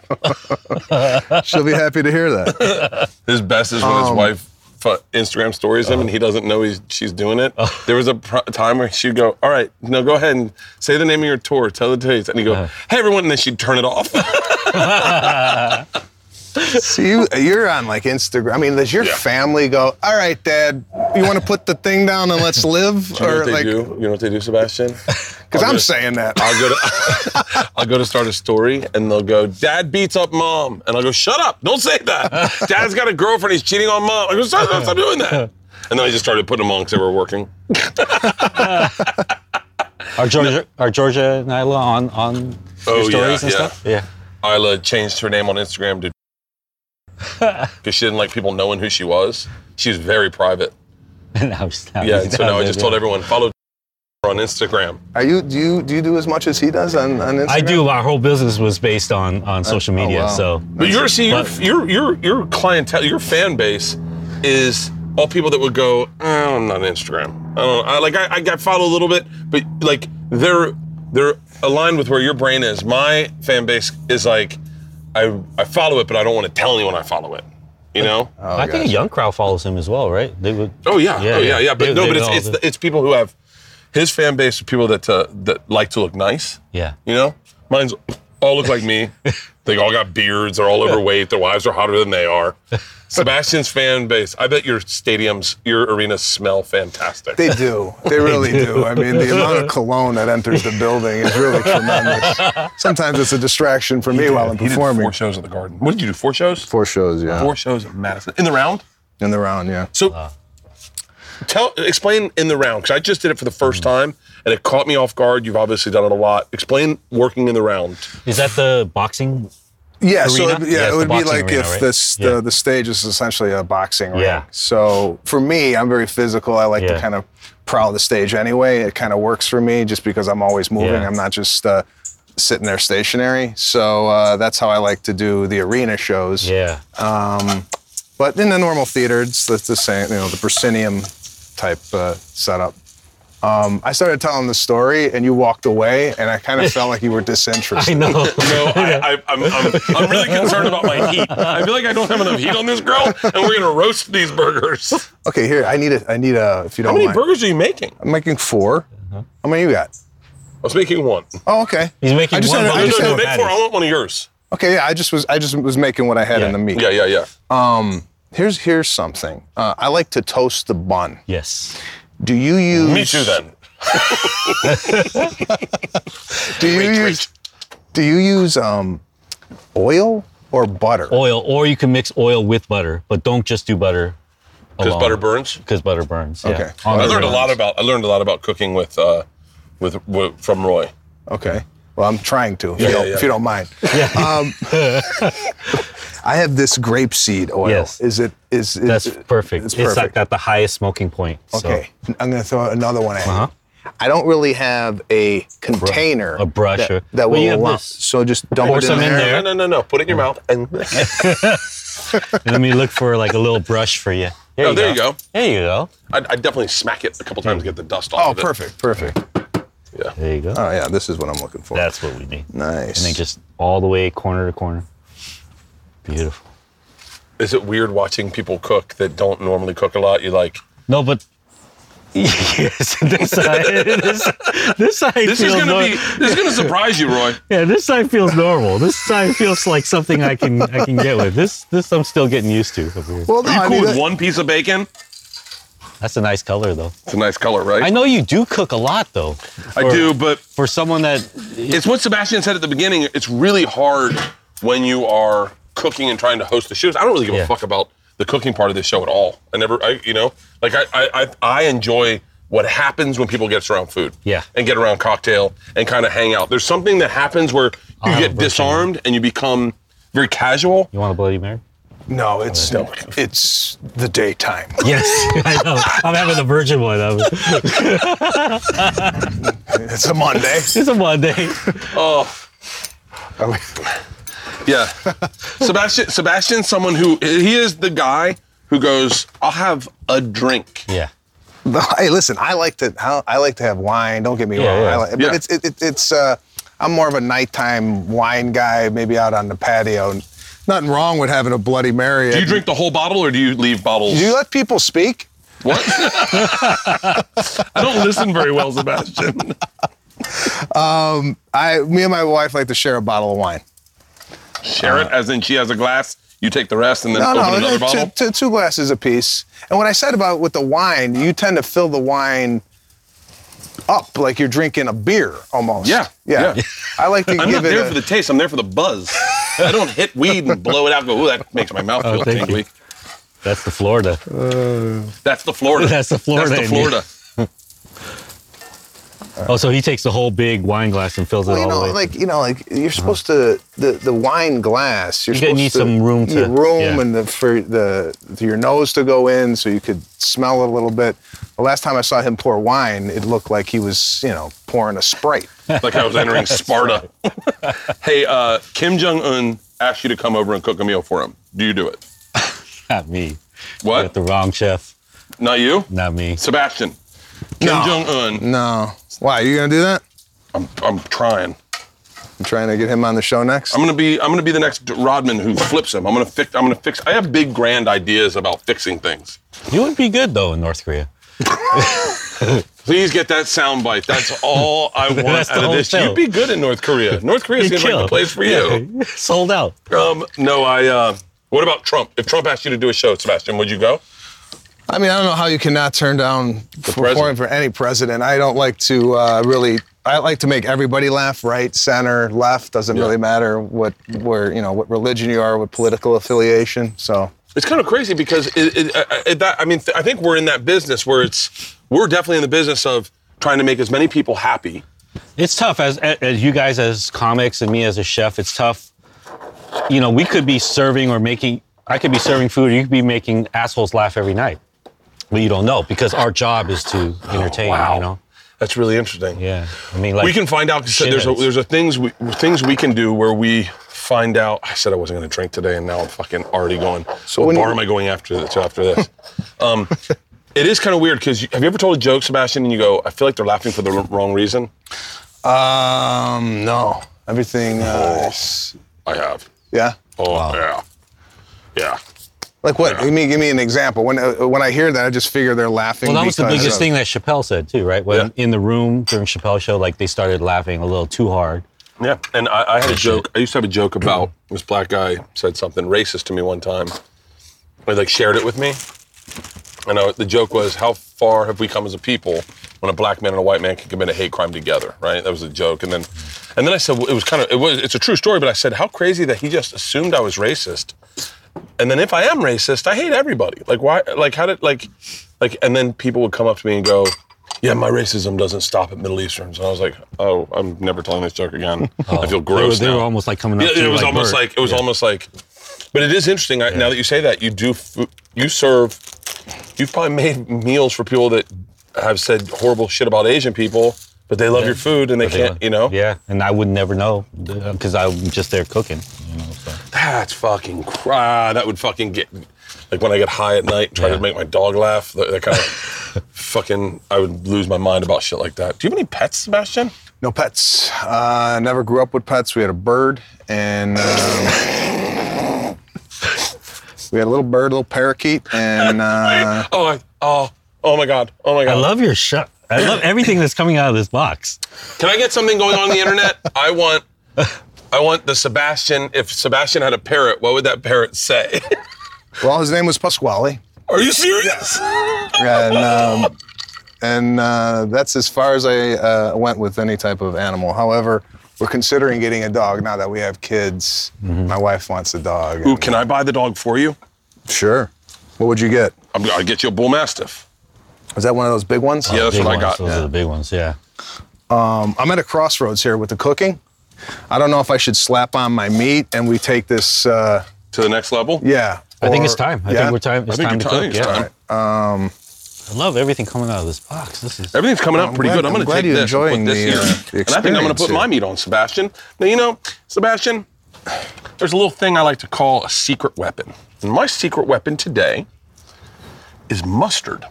Speaker 4: She'll be happy to hear that.
Speaker 1: His best is when his
Speaker 4: Um,
Speaker 1: wife fu- Instagram stories him and he doesn't know he's, she's doing it.
Speaker 2: Oh.
Speaker 1: There was a pr- time where she'd go, "All right, no, go ahead and say the name of your tour, tell the dates," and he'd
Speaker 2: Uh-huh.
Speaker 1: go, "Hey, everyone," and then she'd turn it off.
Speaker 4: So you, you're on like Instagram. I mean, does your
Speaker 1: Yeah.
Speaker 4: family go? All right, Dad, you want to put the thing down and let's live,
Speaker 1: you know what they
Speaker 4: like?
Speaker 1: do? You know what they do, Sebastian?
Speaker 4: Because
Speaker 1: I'll
Speaker 4: I'm
Speaker 1: just-
Speaker 4: saying that.
Speaker 1: I'll go to I'll go to start a story, and they'll go, "Dad beats up mom," and I'll go, "Shut up! Don't say that. Dad's got a girlfriend. He's cheating on mom." I go, "Stop! Stop, stop doing that!" And then I just started putting them on because they were working.
Speaker 2: Are Georgia are Georgia and Isla on on
Speaker 1: Oh,
Speaker 2: your stories
Speaker 1: yeah,
Speaker 2: and
Speaker 1: yeah.
Speaker 2: stuff? Yeah.
Speaker 1: Isla changed her name on Instagram to because she didn't like people knowing who she was. She was very private.
Speaker 2: And now he's- now
Speaker 1: Yeah,
Speaker 2: he's
Speaker 1: and so
Speaker 2: down
Speaker 1: now I
Speaker 2: there,
Speaker 1: just
Speaker 2: yeah.
Speaker 1: told everyone follow on on Instagram.
Speaker 4: Are you do you do you do as much as he does on, on Instagram?
Speaker 2: I do. Our whole business was based on on social media.
Speaker 4: wow.
Speaker 2: So
Speaker 1: But you're see your
Speaker 2: But-
Speaker 1: your your your clientele, your fan base is all people that would go. "Eh, I'm not on Instagram. I don't. I like. I, I got follow a little bit, but like they're they're aligned with where your brain is. My fan base is like, I I follow it, but I don't want to tell anyone I follow it. You know.
Speaker 4: Oh,
Speaker 2: I think a young crowd follows him as well, right? They would.
Speaker 1: Oh yeah, oh yeah, yeah. But
Speaker 2: They-
Speaker 1: no,
Speaker 2: they
Speaker 1: but it's
Speaker 2: all
Speaker 1: it's,
Speaker 2: do.
Speaker 1: the- it's people who have his fan base are people that uh, that like to look nice.
Speaker 2: yeah.
Speaker 1: You know, mine's all look like me. they all got beards. They're all overweight. Their wives are hotter than they are. Sebastian's fan base. I bet your stadiums, your arenas smell fantastic.
Speaker 4: They do. They really do. I mean, the amount of cologne that enters the building is really tremendous. Sometimes it's a distraction for me while I'm
Speaker 1: He did
Speaker 4: performing.
Speaker 1: four shows at the Garden. What did you do? Four shows?
Speaker 4: Four shows, yeah.
Speaker 1: Four shows at Madison in the round.
Speaker 4: In the round, yeah.
Speaker 1: So, tell explain in the round because I just did it for the first time and it caught me off guard. You've obviously done it a lot. Explain working in the round.
Speaker 2: Is that the boxing?
Speaker 4: Yeah, so
Speaker 2: arena?
Speaker 4: it,
Speaker 2: Yeah,
Speaker 4: yeah,
Speaker 2: it's
Speaker 4: it
Speaker 2: the
Speaker 4: would be
Speaker 2: boxing
Speaker 4: like
Speaker 2: arena,
Speaker 4: if
Speaker 2: right?
Speaker 4: this
Speaker 2: Yeah.
Speaker 4: the, the stage is essentially a boxing ring.
Speaker 2: Yeah.
Speaker 4: So for me, I'm very physical. I like
Speaker 2: Yeah.
Speaker 4: to kind of prowl the stage anyway. It kind of works for me just because I'm always moving.
Speaker 2: Yeah.
Speaker 4: I'm not just uh, sitting there stationary. So uh, that's how I like to do the arena shows.
Speaker 2: Yeah.
Speaker 4: Oh. But in the normal theater, it's the, the same, you know, the proscenium type uh, setup. Um, I started telling the story, and you walked away, and I kind of felt like you were
Speaker 2: I
Speaker 4: disinterested.
Speaker 2: know.
Speaker 1: No, I, I, I'm, I'm, I'm really concerned about my heat. I feel like I don't have enough heat on this grill, and we're gonna roast these burgers.
Speaker 4: Okay, here, I need a, I need a, if you
Speaker 1: How
Speaker 4: don't
Speaker 1: many
Speaker 4: mind.
Speaker 1: burgers are you making? I
Speaker 4: I'm making 4 How many you got?
Speaker 1: was making one.
Speaker 4: Oh, okay.
Speaker 2: Uh-huh. He's making
Speaker 4: I just
Speaker 2: one
Speaker 4: had-
Speaker 2: burger.
Speaker 4: I
Speaker 1: No,
Speaker 4: just
Speaker 1: no, no,
Speaker 4: had-
Speaker 1: make four. I want one of yours.
Speaker 4: okay, yeah. I just was I just was making what I had
Speaker 2: Yeah.
Speaker 4: in the meat.
Speaker 1: Yeah, yeah, yeah.
Speaker 4: Oh, Here's here's something. Uh, I like to toast the bun.
Speaker 2: yes.
Speaker 4: Do you use
Speaker 1: Me too. Then
Speaker 4: Do you
Speaker 1: Wait,
Speaker 4: use do you use um, oil or butter?
Speaker 2: Oil, or you can mix oil with butter, but don't just do butter.
Speaker 1: because butter burns.
Speaker 2: Because butter burns. Yeah.
Speaker 4: Okay.
Speaker 2: On
Speaker 1: I
Speaker 2: the
Speaker 1: learned a
Speaker 2: grill.
Speaker 1: lot about. I learned a lot about cooking with, uh, with, with from Roy.
Speaker 4: Okay. Well, I'm trying to, if,
Speaker 1: Yeah,
Speaker 4: you, don't,
Speaker 1: yeah,
Speaker 4: if
Speaker 1: yeah.
Speaker 4: you don't mind. Um, I have this grapeseed oil.
Speaker 2: Yes.
Speaker 4: Is it is, is
Speaker 2: That's
Speaker 4: it-
Speaker 2: perfect.
Speaker 4: It's
Speaker 2: It's,
Speaker 4: perfect.
Speaker 2: like at the highest smoking point. so-
Speaker 4: Okay. I'm gonna throw another one at
Speaker 2: Uh-huh.
Speaker 4: you. I don't really have a container,
Speaker 2: A brush
Speaker 4: that,
Speaker 2: or-
Speaker 4: that
Speaker 2: Well, you
Speaker 4: will
Speaker 2: have
Speaker 4: allow.
Speaker 2: this.
Speaker 4: So just dump
Speaker 2: Pour
Speaker 4: it in
Speaker 2: some in
Speaker 4: there.
Speaker 2: there.
Speaker 1: No, no, no, no. Put it in
Speaker 4: Mm.
Speaker 1: your mouth and.
Speaker 2: Let me look for like a little brush for you. There,
Speaker 1: Oh, there you go.
Speaker 2: There you go.
Speaker 1: I would definitely smack it a couple times to get the dust off.
Speaker 4: Oh,
Speaker 1: of it.
Speaker 4: perfect, perfect.
Speaker 1: Yeah.
Speaker 2: There you go.
Speaker 4: Oh yeah, this is what I'm looking for.
Speaker 2: That's what we need.
Speaker 4: nice.
Speaker 2: And then just all the way corner to corner. Beautiful.
Speaker 1: Is it weird watching people cook that don't normally cook a lot? You like.
Speaker 2: No, but yes, this side, this, this side
Speaker 1: This
Speaker 2: feels
Speaker 1: is gonna
Speaker 2: nor-
Speaker 1: be. This is gonna surprise you, Roy.
Speaker 2: yeah, this side feels normal. This side feels like something I can I can get with. This this I'm still getting used to.
Speaker 4: well, no,
Speaker 1: Are you
Speaker 4: I
Speaker 1: cool
Speaker 4: mean,
Speaker 1: with
Speaker 4: that-
Speaker 1: one piece of bacon?
Speaker 2: That's a nice color though.
Speaker 1: It's a nice color, right?
Speaker 2: I know you do cook a lot though.
Speaker 1: I
Speaker 2: For-
Speaker 1: do, but
Speaker 2: For someone that
Speaker 1: it's what Sebastian said at the beginning. It's really hard when you are cooking and trying to host the shows. I don't really give
Speaker 2: Yeah.
Speaker 1: a fuck about the cooking part of this show at all. I never, I, you know, like I, I, I, I enjoy what happens when people get around food.
Speaker 2: Yeah.
Speaker 1: And get around cocktail and kind of hang out. There's something that happens where you
Speaker 2: have a
Speaker 1: get
Speaker 2: version.
Speaker 1: disarmed and you become very casual.
Speaker 2: you want a Bloody Mary.
Speaker 4: no, it's
Speaker 1: No.
Speaker 4: it's the daytime.
Speaker 2: Yes, I know. I'm having a virgin one. I'm,
Speaker 4: It's a Monday.
Speaker 2: it's a Monday.
Speaker 4: Are we-
Speaker 1: Yeah. Sebastian, Sebastian's someone who he is the guy who goes, I'll have a drink.
Speaker 2: Yeah.
Speaker 4: No, hey, listen, I like to how- I like to have wine. Don't get me
Speaker 2: Yeah,
Speaker 4: wrong.
Speaker 2: yeah.
Speaker 4: I like, but
Speaker 1: Yeah.
Speaker 4: it's it, it, it's uh, I'm more of a nighttime wine guy. Maybe out on the patio. Nothing wrong with having a Bloody Mary.
Speaker 1: Do you drink the whole bottle or do you leave bottles?
Speaker 4: Do you let people speak?
Speaker 1: What? I don't listen very well, Sebastian.
Speaker 4: I, me and my wife like to share a bottle of wine.
Speaker 1: Share it, as in she has a glass, you take the rest, and then
Speaker 4: No,
Speaker 1: open
Speaker 4: no,
Speaker 1: another
Speaker 4: uh, two-
Speaker 1: bottle.
Speaker 4: two- two glasses apiece. And what I said about with the wine, you tend to fill the wine up like you're drinking a beer almost.
Speaker 1: Yeah,
Speaker 4: yeah.
Speaker 1: yeah.
Speaker 4: I like to
Speaker 1: I'm not
Speaker 4: give
Speaker 1: there
Speaker 4: it.
Speaker 1: for
Speaker 4: A,
Speaker 1: the taste. I'm there for the buzz. I don't hit weed and blow it out. and Go, ooh, that makes my mouth feel
Speaker 2: thank you.
Speaker 1: tingly.
Speaker 2: That's the Florida.
Speaker 1: That's the Florida.
Speaker 2: That's the Florida
Speaker 1: That's
Speaker 2: in
Speaker 1: the
Speaker 2: you.
Speaker 1: Florida.
Speaker 2: Oh, so he takes the whole big wine glass and fills
Speaker 4: Well,
Speaker 2: it
Speaker 4: you
Speaker 2: all
Speaker 4: know,
Speaker 2: the way.
Speaker 4: like you know, like you're supposed to the the wine glass. You're
Speaker 2: uh-huh. You
Speaker 4: supposed
Speaker 2: need
Speaker 4: to
Speaker 2: some room
Speaker 4: yeah,
Speaker 2: to-
Speaker 4: room
Speaker 2: yeah.
Speaker 4: and the for the your nose to go in, so you could smell a little bit. The last time I saw him pour wine, it looked like he was you know pouring a sprite.
Speaker 1: like I was entering Sparta. hey, uh, Kim Jong Un asked you to come over and cook a meal for him. Do you do it?
Speaker 2: not me. You got
Speaker 1: What?
Speaker 2: the wrong chef.
Speaker 1: Not you,
Speaker 2: Not me.
Speaker 1: Sebastian. Kim
Speaker 4: No.
Speaker 1: Jong Un.
Speaker 4: No, why are you gonna do that?
Speaker 1: I'm, I'm trying.
Speaker 4: I'm trying to get him on the show next.
Speaker 1: I'm gonna be I'm gonna be the next Rodman who flips him. I'm gonna fix. I'm gonna fix. I have big grand ideas about fixing things.
Speaker 2: You would be good though in North Korea.
Speaker 1: Please get that sound bite. That's all I want
Speaker 2: That's the
Speaker 1: out of
Speaker 2: whole
Speaker 1: this.
Speaker 2: show.
Speaker 1: You'd be good in North Korea. North Korea seems like the place for you.
Speaker 2: Yeah. Sold out.
Speaker 1: Um, no, I. Uh, what about Trump? If Trump asked you to do a show, Sebastian, would you go?
Speaker 4: I mean, I don't know how you cannot turn down for,
Speaker 1: president.
Speaker 4: pouring for any president. I don't like to uh, really. I like to make everybody laugh, right, center, left. Doesn't really matter what, where you know, what religion you are, what political affiliation. So
Speaker 1: It's kind of crazy because it, it, I- I- it, that, I mean, th- I think we're in that business where it's we're definitely in the business of trying to make as many people happy.
Speaker 2: It's tough as as you guys as comics and me as a chef. It's tough. You know, we could be serving or making. I could be serving food. You could be making assholes laugh every night, but you don't know because our job is to entertain.
Speaker 1: wow.
Speaker 2: You know.
Speaker 1: That's really interesting.
Speaker 2: Yeah. I mean, like
Speaker 1: we can find out. So there's a,
Speaker 2: shitheads.
Speaker 1: there's a things we things we can do where we find out. I said I wasn't going to drink today, and now I'm fucking already going. So what
Speaker 4: when
Speaker 1: bar
Speaker 4: you-
Speaker 1: am I going after this? After this, um, it is kind of weird because have you ever told a joke, Sebastian, and you go, I feel like they're laughing for the r- wrong reason.
Speaker 4: Um, no. Everything, uh, is-
Speaker 1: I have.
Speaker 4: yeah.
Speaker 1: Oh yeah, yeah.
Speaker 4: Like what? Give me, give me an example. When uh, when I hear that, I just figure they're laughing.
Speaker 2: Well, that was the
Speaker 4: because
Speaker 2: biggest
Speaker 4: of-
Speaker 2: thing that Chappelle said too, right? When in the room during Chappelle's show, like they started laughing a little too hard.
Speaker 1: Yeah, and I, I had a joke. I used to have a joke about this black guy said something racist to me one time. He like shared it with me, and I, the joke was, "How far have we come as a people when a black man and a white man can commit a hate crime together?" Right? That was a joke, and then, and then I said well, it was kind of it was it's a true story, but I said how crazy that he just assumed I was racist, and then if I am racist, I hate everybody. Like why? Like how did like like? And then people would come up to me and go. Yeah, my racism doesn't stop at Middle Easterns. And I was like, oh, I'm never telling this joke again. I feel
Speaker 2: Oh. They were,
Speaker 1: gross
Speaker 2: they were
Speaker 1: now.
Speaker 2: almost like coming up.
Speaker 1: Yeah,
Speaker 2: to
Speaker 1: it
Speaker 2: you,
Speaker 1: was
Speaker 2: like
Speaker 1: almost
Speaker 2: Bert.
Speaker 1: like it was almost like. But it is interesting. I, Now that you say that, you do f- you serve. You've probably made meals for people that have said horrible shit about Asian people, but they love your food and they can't. you know.
Speaker 2: Yeah, and I would never know because I'm just there cooking. You know, so.
Speaker 1: That's fucking cry. That would fucking get like when I get high at night, try
Speaker 2: Yeah.
Speaker 1: to make my dog laugh. That, that kind of fucking. I would lose my mind about shit like that. Do you have any pets, Sebastian?
Speaker 4: No pets. Uh, never grew up with pets. We had a bird, and um, we had a little bird, a little parakeet, and uh,
Speaker 1: oh, I, oh, oh my god, oh my god.
Speaker 2: I love your shot. I love everything that's coming out of this box.
Speaker 1: Can I get something going on, the internet? I want, I want the Sebastian. If Sebastian had a parrot, what would that parrot say?
Speaker 4: well, his name was Pasquale,
Speaker 1: Are you serious?
Speaker 4: and um, and uh, that's as far as I uh, went with any type of animal. However. We're considering getting a dog now that we have kids. My wife wants a dog.
Speaker 1: Ooh,
Speaker 4: and-
Speaker 1: can I buy the dog for you?
Speaker 4: Sure. What would you get?
Speaker 1: I'm, I'll get you a bull mastiff.
Speaker 4: Is that one of those big ones?
Speaker 1: Yeah, that's
Speaker 2: Big
Speaker 1: what I
Speaker 2: ones,
Speaker 1: got.
Speaker 2: Those are the big ones. Yeah.
Speaker 4: Um, I'm at a crossroads here with the cooking. I don't know if I should slap on my meat and we take this. Uh,
Speaker 1: To the next level.
Speaker 4: yeah.
Speaker 2: I think
Speaker 4: or-
Speaker 2: it's time. I
Speaker 4: yeah?
Speaker 2: think we're time.
Speaker 1: I
Speaker 2: It's
Speaker 1: think
Speaker 2: time to
Speaker 1: you're
Speaker 2: cook.
Speaker 1: time. It's
Speaker 2: yeah.
Speaker 1: time.
Speaker 2: I love everything coming out of this box. This is.
Speaker 1: Everything's coming out
Speaker 4: I'm
Speaker 1: pretty
Speaker 4: glad-
Speaker 1: good. I'm,
Speaker 4: I'm
Speaker 1: going to
Speaker 4: glad
Speaker 1: take
Speaker 4: you're
Speaker 1: this and
Speaker 4: enjoying
Speaker 1: put this
Speaker 4: the,
Speaker 1: here.
Speaker 4: uh, the
Speaker 1: and I think I'm going
Speaker 4: experience
Speaker 1: to put
Speaker 4: here.
Speaker 1: my meat on Sebastian. Now, you know, Sebastian, there's a little thing I like to call a secret weapon. And my secret weapon today is mustard.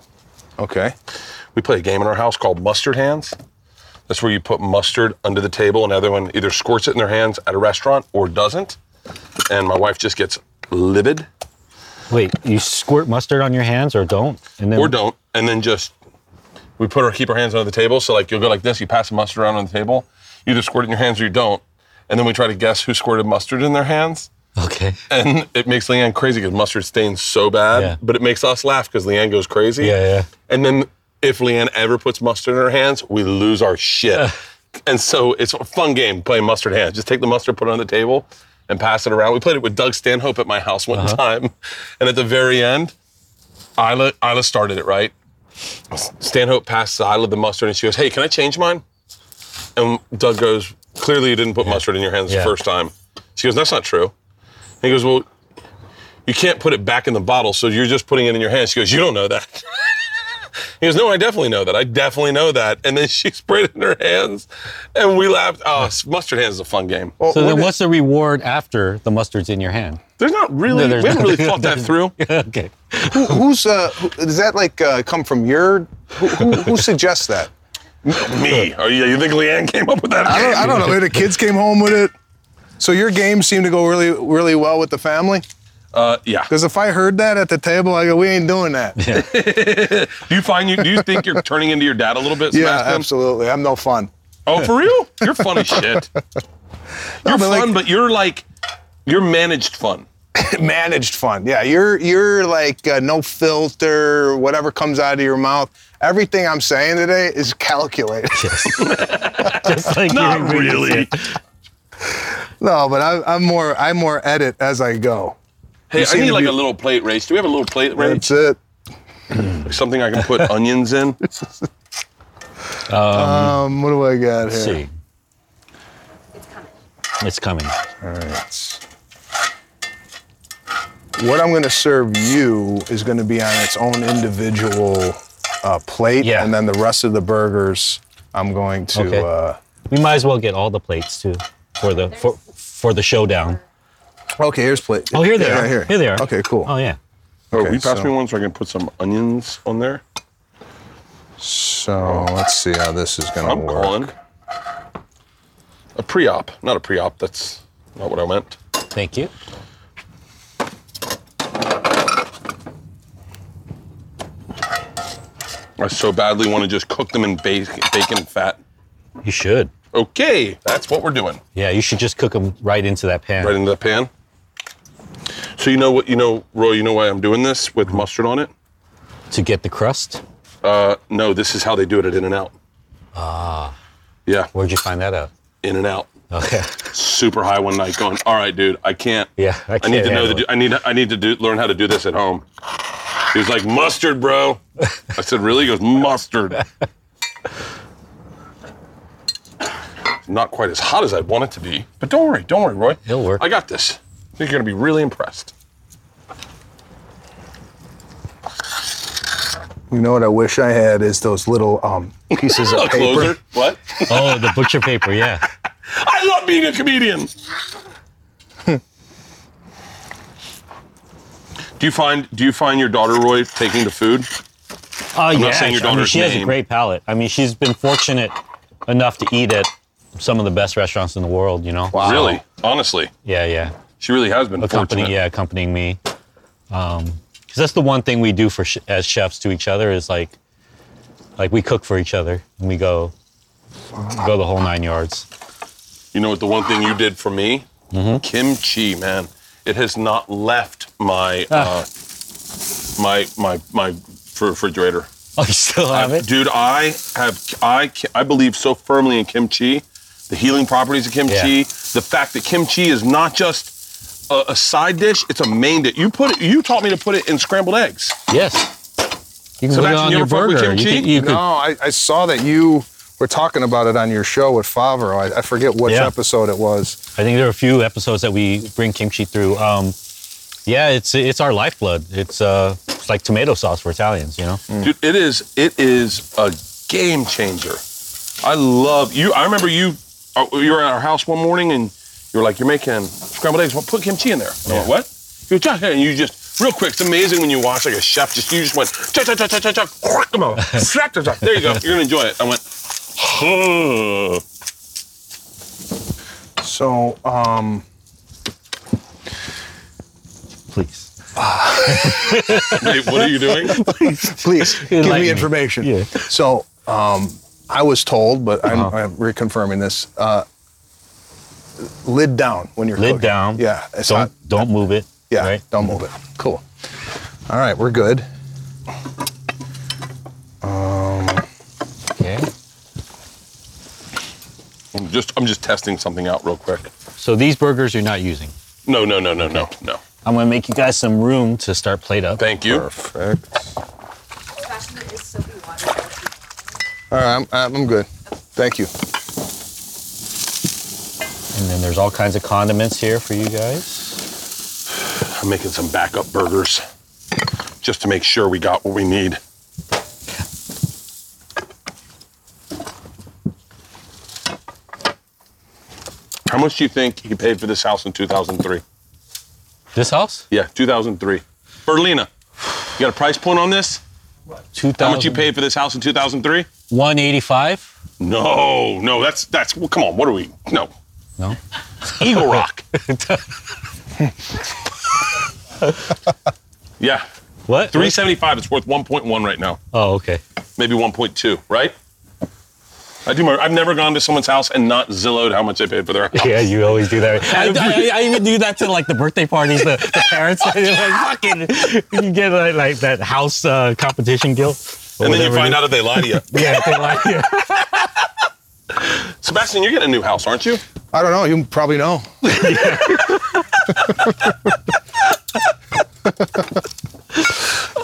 Speaker 4: Okay.
Speaker 1: We play a game in our house called Mustard Hands. That's where you put mustard under the table and everyone either squirts it in their hands at a restaurant or doesn't. And my wife just gets livid
Speaker 2: Wait, you squirt mustard on your hands or don't, and then
Speaker 1: or don't. And then just, we put our, keep our hands under the table. So like you'll go like this, you pass the mustard around on the table. You either squirt it in your hands or you don't. And then we try to guess who squirted mustard in their hands.
Speaker 2: Okay.
Speaker 1: And it makes Leanne crazy because mustard stains so bad,
Speaker 2: Yeah.
Speaker 1: but it makes us laugh because Leanne goes crazy.
Speaker 2: Yeah, yeah.
Speaker 1: And then if Leanne ever puts mustard in her hands, we lose our shit. and so it's a fun game playing mustard hands. Just take the mustard, put it on the table, and pass it around. We played it with Doug Stanhope at my house one
Speaker 2: Uh-huh.
Speaker 1: time. And at the very end, Isla, Isla started it, right? Stanhope passes Isla the mustard and she goes, Hey, can I change mine? And Doug goes, Clearly you didn't put mustard in your hands
Speaker 2: Yeah.
Speaker 1: the first time. She goes, That's not true. And he goes, Well, you can't put it back in the bottle, so you're just putting it in your hands. She goes, You don't know that. he goes, No, I definitely know that. I definitely know that. And then she sprayed it in her hands and we laughed. Oh, mustard hands is a fun game.
Speaker 4: Well,
Speaker 2: So
Speaker 4: we're
Speaker 2: then,
Speaker 4: di-
Speaker 2: what's the reward after the mustard's in your hand?
Speaker 1: There's not really,
Speaker 2: No, there's
Speaker 1: we haven't
Speaker 2: not-
Speaker 1: really thought that through.
Speaker 2: okay.
Speaker 4: who- who's uh, who, does that like uh, come from your? Who, who, who suggests that?
Speaker 1: Me. Are you, you think Leanne came up with that?
Speaker 4: I don't, I don't know. The kids came home with it. So your game seemed to go really, really well with the family.
Speaker 1: Uh, yeah.
Speaker 4: Because if I heard that at the table, I go, we ain't doing that. Yeah,
Speaker 1: Do you find you? Do you think you're turning into your dad a little bit? Sebastian?
Speaker 4: absolutely. I'm no fun.
Speaker 1: Oh, for real? You're fun as shit. You're
Speaker 4: but, like-
Speaker 1: fun, but you're like, you're managed fun.
Speaker 4: Managed fun. Yeah, you're you're like uh, no filter. Whatever comes out of your mouth, everything I'm saying today is calculated.
Speaker 2: Just like your
Speaker 1: Not
Speaker 2: ingredients.
Speaker 1: really.
Speaker 4: no, but I, I'm more I more edit as I go.
Speaker 1: Hey, I
Speaker 4: seem
Speaker 1: need
Speaker 4: to
Speaker 1: like
Speaker 4: be-
Speaker 1: a little plate race. Do we have a little plate race?
Speaker 4: That's it.
Speaker 1: Like something I can put onions in? Oh,
Speaker 4: Um, what do I got here?
Speaker 2: Let's see.
Speaker 5: It's coming.
Speaker 2: It's coming.
Speaker 4: What I'm going to serve you is going to be on its own individual uh, plate,
Speaker 2: Yeah.
Speaker 4: and then the rest of the burgers I'm going to.
Speaker 2: Okay.
Speaker 4: Uh,
Speaker 2: We might as well get all the plates too for the for for the showdown.
Speaker 4: okay, here's plate.
Speaker 2: Oh, here they
Speaker 4: Yeah,
Speaker 2: are.
Speaker 4: right
Speaker 2: Here. they are.
Speaker 4: Okay, cool.
Speaker 2: Oh yeah.
Speaker 1: Oh,
Speaker 4: Okay,
Speaker 1: will you pass
Speaker 4: so-
Speaker 1: me one so I can put some onions on there?
Speaker 4: So let's see how this is going to
Speaker 1: I'm
Speaker 4: work.
Speaker 1: calling. A pre op. Not a pre op. That's not what I meant.
Speaker 2: Thank you.
Speaker 1: I so badly want to just cook them in bacon, bacon and fat.
Speaker 2: You should.
Speaker 1: Okay, that's what we're doing.
Speaker 2: Yeah, you should just cook them right into that pan.
Speaker 1: Right into the pan. So you know what you know, Roy. You know why I'm doing this with mustard on it?
Speaker 2: to get the crust.
Speaker 1: Uh, no, this is how they do it at In and Out. Ah.
Speaker 2: Ah.
Speaker 1: Yeah,
Speaker 2: Where'd you find that out? Oh,
Speaker 1: In and Out.
Speaker 2: Okay.
Speaker 1: Super high one night, going. All right, dude, I can't.
Speaker 2: Yeah, I
Speaker 1: I, need
Speaker 2: can't
Speaker 1: to know the.
Speaker 2: handle
Speaker 1: du- I need. I need to do, learn how to do this at home. He was like mustard, bro. I said, really? He goes mustard. Not quite as hot as I'd want it to be, but don't worry, don't worry, Roy.
Speaker 2: It'll work.
Speaker 1: I got this. I think you're gonna be really impressed.
Speaker 4: You know what I wish I had is those little um, pieces
Speaker 1: A
Speaker 4: of paper.
Speaker 1: closer. What?
Speaker 2: Oh, the butcher paper. Yeah.
Speaker 1: I love being a comedian. do you find do you find your daughter Roy taking to food?
Speaker 2: Oh yeah.
Speaker 1: saying your
Speaker 2: I mean,
Speaker 1: daughter's
Speaker 2: she has a
Speaker 1: name.
Speaker 2: great palate. I mean, she's been fortunate enough to eat at some of the best restaurants in the world. You know.
Speaker 1: Really? Honestly,
Speaker 2: Yeah, yeah.
Speaker 1: she really has been
Speaker 2: Accompanying,
Speaker 1: fortunate.
Speaker 2: yeah, accompanying me. Um 'cause that's the one thing we do for sh- as chefs to each other is like, like we cook for each other and we go, go the whole nine yards.
Speaker 1: You know what the one thing you did for me? Kimchi, man. It has not left my uh, my my my refrigerator.
Speaker 2: Oh, you still have
Speaker 1: I've-
Speaker 2: it?
Speaker 1: Dude, I have I ca- I believe so firmly in kimchi, the healing properties of kimchi,
Speaker 2: Yeah.
Speaker 1: the fact that kimchi is not just a, a side dish, it's a main dish. You put it you taught me to put it in scrambled eggs.
Speaker 2: Yes. You can put
Speaker 1: Sebastian,
Speaker 2: it on
Speaker 1: you
Speaker 2: your
Speaker 1: ever fuck with
Speaker 2: burger. You
Speaker 1: kimchi?
Speaker 2: can, you
Speaker 4: No,
Speaker 2: could-
Speaker 4: I, I saw that you were talking about it on your show with Favreau. I, I forget which
Speaker 2: Yeah.
Speaker 4: episode it was.
Speaker 2: I think there are a few episodes that we bring kimchi through. Um, yeah, it's it's our lifeblood. It's uh, it's like tomato sauce for Italians, you know.
Speaker 1: Dude, it is it is a game changer. I love you. I remember you uh, you were at our house one morning and you were like, you're making scrambled eggs. Well, put kimchi in there. And I went, what? You chuck it, and you just real quick. It's amazing when you watch like a chef. Just you just went chuck chuck chuck chuck chuck chuck. quack, Come on, slap, chuck, chuck. There you go. You're gonna enjoy it. I went. Huh.
Speaker 4: So, um,
Speaker 2: Please.
Speaker 1: Wait, what are you doing?
Speaker 4: please give
Speaker 2: Enlighten
Speaker 4: me
Speaker 2: me.
Speaker 4: information.
Speaker 2: Yeah. Uh-huh.
Speaker 4: So um, I was told, but I'm, I'm reconfirming this. Uh, lid down when you're
Speaker 2: Lid
Speaker 4: cooking.
Speaker 2: down.
Speaker 4: Yeah, it's
Speaker 2: don't
Speaker 4: not-
Speaker 2: don't move it.
Speaker 4: yeah.
Speaker 2: Right.
Speaker 4: Don't move it. Cool. All right, we're good.
Speaker 2: Okay.
Speaker 1: I'm just I'm just testing something out real quick.
Speaker 2: So these burgers you're not using.
Speaker 1: No, no, no, no, no, no.
Speaker 2: I'm gonna make you guys some room to start plate up.
Speaker 1: Thank you.
Speaker 4: Perfect.
Speaker 5: Sebastian, it is soapy water.
Speaker 4: All right, I'm, I'm good. Thank you.
Speaker 2: And then there's all kinds of condiments here for you guys.
Speaker 1: I'm making some backup burgers just to make sure we got what we need. How much do you think he paid for this house in 2003?
Speaker 2: This house?
Speaker 1: Yeah, 2003. Berlina, you got a price point on this? How much you paid for this house in 2003?
Speaker 2: 185?
Speaker 1: No, no, that's that's. Well, come on, what are we? No,
Speaker 2: No.
Speaker 1: Eagle Rock. yeah,
Speaker 2: What?
Speaker 1: 375. It's worth 1.1 right now,
Speaker 2: Oh, okay.
Speaker 1: maybe 1.2, right? I do. My, I've never gone to someone's house and not Zillowed how much they paid for their house.
Speaker 2: Yeah, you always do that. I, I, I even do that to like the birthday parties, the, the parents. like, fucking, you get like, like that house uh, competition guilt. or
Speaker 1: And then you
Speaker 2: whatever
Speaker 1: find
Speaker 2: it
Speaker 1: out if they lie to you.
Speaker 2: is. Yeah, they like, yeah.
Speaker 1: Sebastian, you're getting a new house, aren't you?
Speaker 4: I don't know. You probably know.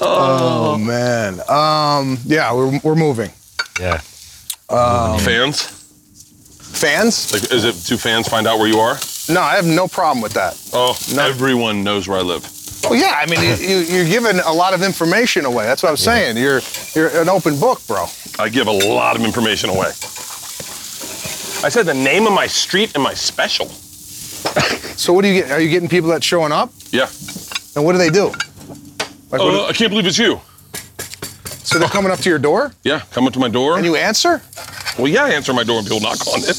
Speaker 4: oh. man. Um, yeah, we're, we're moving.
Speaker 2: yeah.
Speaker 1: fans?
Speaker 4: Fans?
Speaker 1: Like, is it do fans find out where you are?
Speaker 4: No, I have no problem with that.
Speaker 1: Oh, everyone knows where I live.
Speaker 4: Well, yeah, I mean, you, you- you're giving a lot of information away. That's what I'm saying. You're you're an open book, bro.
Speaker 1: I give a lot of information away. I said the name of my street and my special.
Speaker 4: So what do you get? Are you getting people that showing up?
Speaker 1: Yeah.
Speaker 4: And what do they do? Like,
Speaker 1: Oh,
Speaker 4: what-
Speaker 1: no, I can't believe it's you.
Speaker 4: so they're coming up to your door
Speaker 1: Yeah, come up to my door.
Speaker 4: and you answer?
Speaker 1: well, yeah, I answer my door and people knock on it.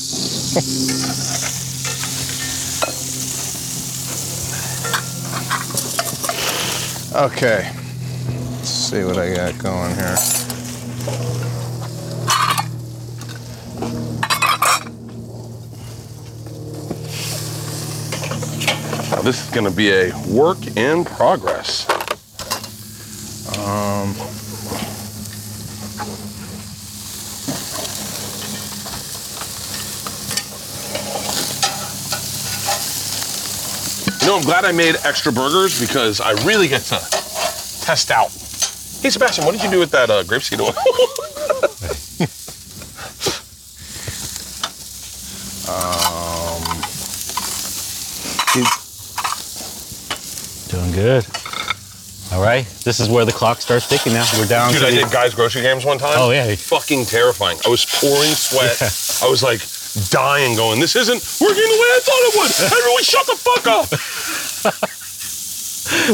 Speaker 4: Okay. Let's see what I got going here.
Speaker 1: Now, this is gonna be a work in progress. Um, You know, I'm glad I made extra burgers because I really get to test out. Hey, Sebastian, what did you do with that uh, grapeseed oil?
Speaker 2: Doing good. All right. This is where the clock starts ticking now. We're down
Speaker 1: Dude,
Speaker 2: to
Speaker 1: I
Speaker 2: the-
Speaker 1: did guys' grocery games one time.
Speaker 2: Oh, yeah.
Speaker 1: Fucking terrifying. I was pouring sweat. I was like dying, going, this isn't working the way I thought it would. Everyone shut the fuck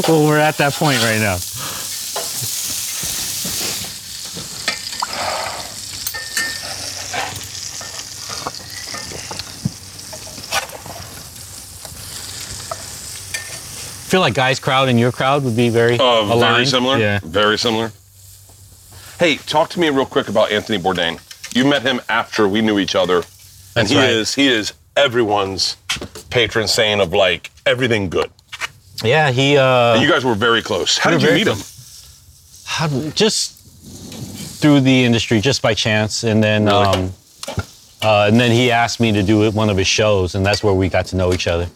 Speaker 1: up.
Speaker 2: well, we're at that point right now. feel like guys' crowd and your crowd would be very
Speaker 1: Uh, very
Speaker 2: aligned.
Speaker 1: similar.
Speaker 2: Yeah.
Speaker 1: Very similar. Hey, talk to me real quick about Anthony Bourdain. You met him after we knew each other. and
Speaker 2: That's
Speaker 1: he
Speaker 2: right.
Speaker 1: is he is everyone's patron saint of like everything good.
Speaker 2: Yeah, he uh
Speaker 1: And you guys were very close. How
Speaker 2: we
Speaker 1: did
Speaker 2: were
Speaker 1: you
Speaker 2: very
Speaker 1: meet him?
Speaker 2: had- just through the industry just by chance and then
Speaker 1: Really?
Speaker 2: um uh, and then he asked me to do it- one of his shows and that's where we got to know each other.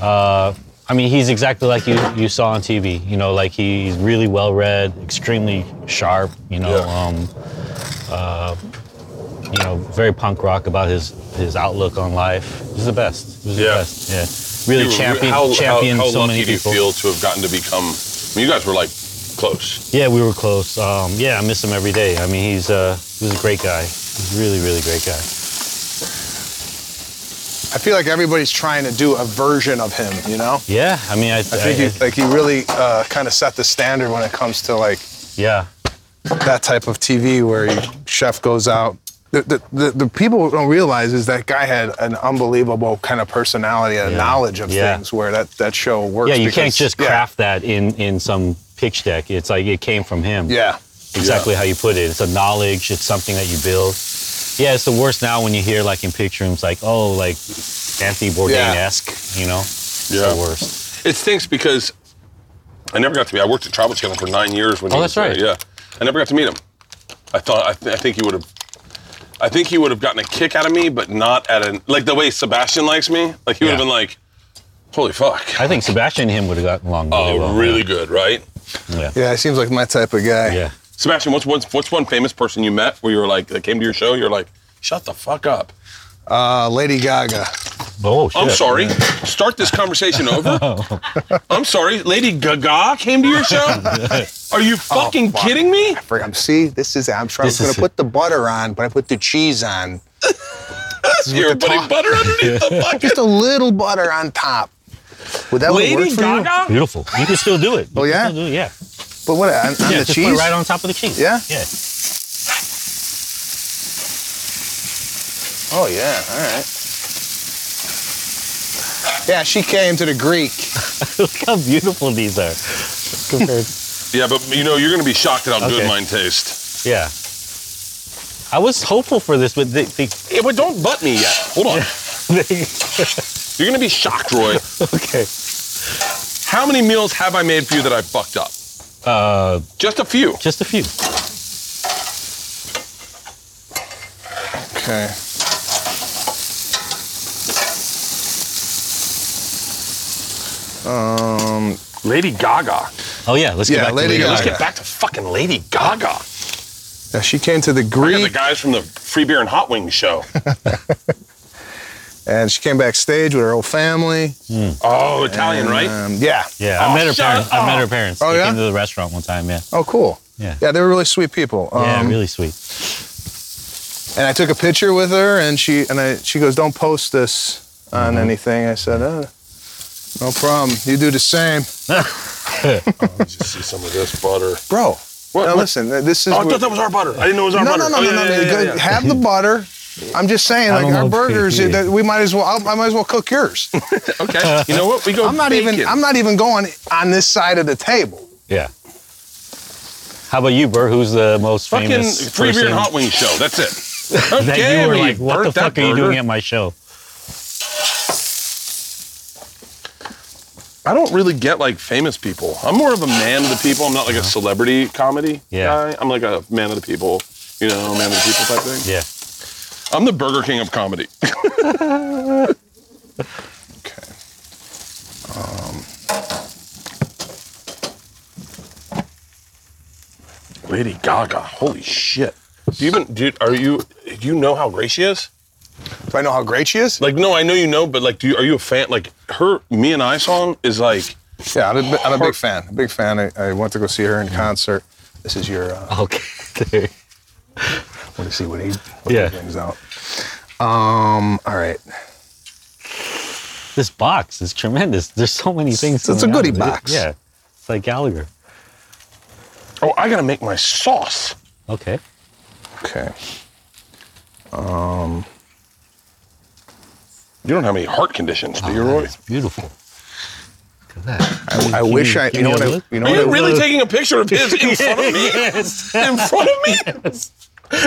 Speaker 2: Uh I mean, he's exactly like you, you saw on TV. You know, like he's really well read, extremely sharp. You know,
Speaker 1: Yeah.
Speaker 2: um, uh, you know, very punk rock about his his outlook on life. He's the best. He's
Speaker 1: Yeah.
Speaker 2: the best. Yeah, really
Speaker 1: You were-
Speaker 2: champion,
Speaker 1: how, how-
Speaker 2: champion
Speaker 1: how
Speaker 2: so
Speaker 1: lucky
Speaker 2: many
Speaker 1: do you
Speaker 2: people.
Speaker 1: feel to have gotten to become I mean, you guys were like close.
Speaker 2: Yeah, we were close. Um, yeah, I miss him every day. I mean, he's uh, he was a great guy. He's a really, really great guy.
Speaker 4: I feel like everybody's trying to do a version of him, you know?
Speaker 2: Yeah, I mean, I,
Speaker 4: I think
Speaker 2: I-
Speaker 4: he, like he really uh, kind of set the standard when it comes to like
Speaker 2: yeah,
Speaker 4: that type of TV where he, chef goes out. The, the, the, the people don't realize is that guy had an unbelievable kind of personality and
Speaker 2: Yeah.
Speaker 4: knowledge of
Speaker 2: Yeah.
Speaker 4: things where that, that show works.
Speaker 2: yeah. You
Speaker 4: because-
Speaker 2: can't just
Speaker 4: yeah.
Speaker 2: craft that in in some pitch deck. It's like it came from him.
Speaker 4: Yeah.
Speaker 2: exactly how you put it. It's a knowledge. It's something that you build. Yeah, it's the worst now when you hear like in picture rooms, like oh, like Anthony Bourdain-esque. You know, it's
Speaker 1: Yeah.
Speaker 2: the worst.
Speaker 1: It stinks because I never got to meet. I worked at Travel Channel for nine years when
Speaker 2: Oh,
Speaker 1: he
Speaker 2: that's
Speaker 1: was there,
Speaker 2: right.
Speaker 1: Yeah, I never got to meet him. I thought I, th- I think he would have. I think he would have gotten a kick out of me, but not at an like the way Sebastian likes me. Like he would have
Speaker 2: Yeah.
Speaker 1: been like, "Holy fuck!
Speaker 2: I think Sebastian and him would have gotten along really
Speaker 1: oh,
Speaker 2: well.
Speaker 1: really good, right?"
Speaker 2: Yeah. Yeah.
Speaker 4: Yeah, he seems like my type of guy.
Speaker 2: yeah.
Speaker 1: Sebastian, what's one, what's one famous person you met where you were like that came to your show? You're like, "Shut the fuck up."
Speaker 4: Uh, Lady Gaga.
Speaker 2: Oh, shit.
Speaker 1: I'm sorry. Start this conversation over. I'm sorry. Lady Gaga came to your show? Are you
Speaker 2: Oh,
Speaker 1: fucking
Speaker 4: fuck.
Speaker 1: kidding me?
Speaker 4: For- I'm um, see, this is I'm trying.
Speaker 2: This
Speaker 4: I'm
Speaker 2: is-
Speaker 4: gonna put the butter on, but I put the cheese on.
Speaker 1: You're putting
Speaker 4: talk-
Speaker 1: butter underneath the fucking.
Speaker 4: Just a little butter on top. Would that would've
Speaker 1: Lady
Speaker 4: worked for you?
Speaker 1: Gaga?
Speaker 2: Beautiful. You can still do it. You can
Speaker 4: Oh, yeah?
Speaker 2: still do it, Yeah.
Speaker 4: But what on, on
Speaker 2: yeah.
Speaker 4: the
Speaker 2: just
Speaker 4: cheese?
Speaker 2: put it right on top of the cheese.
Speaker 4: Yeah?
Speaker 2: Yeah.
Speaker 4: Oh yeah, all right. Yeah, she came to the Greek.
Speaker 2: Look how beautiful these are. Compared.
Speaker 1: Yeah, but you know, you're going to be shocked at how good
Speaker 2: Okay.
Speaker 1: mine taste.
Speaker 2: yeah. I was hopeful for this, but they, they,
Speaker 1: Yeah, but don't butt me yet. Hold on.
Speaker 2: they
Speaker 1: You're going to be shocked, Roy.
Speaker 2: okay.
Speaker 1: How many meals have I made for you that I fucked up?
Speaker 2: Uh,
Speaker 1: Just a few.
Speaker 2: just a few.
Speaker 4: Okay. Um.
Speaker 1: Lady Gaga.
Speaker 2: Oh yeah, let's
Speaker 4: Yeah,
Speaker 2: get back
Speaker 4: Lady
Speaker 2: to
Speaker 4: Gaga.
Speaker 1: Let's
Speaker 2: Gaga.
Speaker 1: get back to fucking Lady Gaga.
Speaker 4: Yeah, she came to the
Speaker 1: Yeah, the
Speaker 4: Greek,
Speaker 1: guys from the Free Beer and Hot Wings show.
Speaker 4: and she came backstage with her whole family.
Speaker 1: Oh, Italian, right?
Speaker 4: Um, yeah.
Speaker 2: Yeah,
Speaker 1: Oh,
Speaker 2: I met her
Speaker 1: shut
Speaker 2: parents. I met her
Speaker 1: up.
Speaker 2: parents.
Speaker 4: Oh,
Speaker 2: they
Speaker 4: yeah?
Speaker 2: came to the restaurant one time. Yeah,
Speaker 4: Oh, cool.
Speaker 2: yeah,
Speaker 4: Yeah, they were really sweet people.
Speaker 2: yeah,
Speaker 4: Um,
Speaker 2: really sweet.
Speaker 4: And I took a picture with her, and she and I, she goes, "Don't post this on
Speaker 2: Mm-hmm.
Speaker 4: anything." I said, uh, "No problem. You do the same,
Speaker 1: Just see some of this butter.
Speaker 4: bro."
Speaker 1: What- what-
Speaker 4: now listen, th- this is
Speaker 1: Oh, I
Speaker 4: where-
Speaker 1: thought that was our butter. I didn't know it was our
Speaker 4: no,
Speaker 1: butter.
Speaker 4: no, no,
Speaker 1: Oh,
Speaker 4: no,
Speaker 1: yeah,
Speaker 4: no,
Speaker 1: yeah,
Speaker 4: no.
Speaker 1: yeah,
Speaker 4: go-
Speaker 1: yeah.
Speaker 4: Have the butter. I'm just saying,
Speaker 2: I
Speaker 4: like
Speaker 2: don't
Speaker 4: our
Speaker 2: know if
Speaker 4: burgers,
Speaker 2: you-
Speaker 4: that we might as well. I'll- I might as well cook yours.
Speaker 1: Okay. You know what? We go.
Speaker 4: I'm not even.
Speaker 1: bacon.
Speaker 4: I'm not even going on this side of the table.
Speaker 2: Yeah. How about you, Bert? Who's the most
Speaker 1: fucking
Speaker 2: famous
Speaker 1: free beer
Speaker 2: person
Speaker 1: and hot wings show. That's it. Okay,
Speaker 2: that you were
Speaker 1: we
Speaker 2: like, what the
Speaker 1: burnt that
Speaker 2: fuck are you
Speaker 1: burger."
Speaker 2: doing at my show?
Speaker 1: I don't really get like famous people. I'm more of a man of the people. I'm not like a celebrity comedy
Speaker 2: Yeah.
Speaker 1: guy. I'm like a man of the people. You know, man of the people type thing.
Speaker 2: Yeah.
Speaker 1: I'm the Burger King of comedy.
Speaker 4: Okay.
Speaker 1: Um. Lady Gaga. Holy shit. Do you even, dude? Are you? Do you know how great she is?
Speaker 4: Do I know how great she is?
Speaker 1: Like, no, I know you know, but like, do you? Are you a fan? Like, her "Me and I" song is like,
Speaker 4: Yeah, I'm a, I'm a big fan. Big fan. I, I went to go see her in concert. This is your. Uh,
Speaker 2: Okay.
Speaker 4: let me see what he. What
Speaker 2: Yeah.
Speaker 4: He brings out. Um. All right.
Speaker 2: this box is tremendous. There's so many things.
Speaker 4: It's a
Speaker 2: going on.
Speaker 4: goodie box.
Speaker 2: Yeah. It's like Gallagher.
Speaker 1: oh, I gotta make my sauce.
Speaker 2: Okay.
Speaker 4: Okay.
Speaker 1: You don't have any heart conditions, do you,
Speaker 2: Oh,
Speaker 1: Roy?
Speaker 2: It's beautiful. Look at that.
Speaker 4: I, I
Speaker 2: Can
Speaker 4: wish
Speaker 2: you-
Speaker 4: I. Mm-hmm. You
Speaker 2: can
Speaker 4: know
Speaker 2: you
Speaker 4: what? I,
Speaker 2: look?
Speaker 4: you know
Speaker 1: Are
Speaker 4: what?
Speaker 1: you
Speaker 4: I-
Speaker 1: really taking a picture of his in front of me?
Speaker 2: Yes.
Speaker 1: in front of me?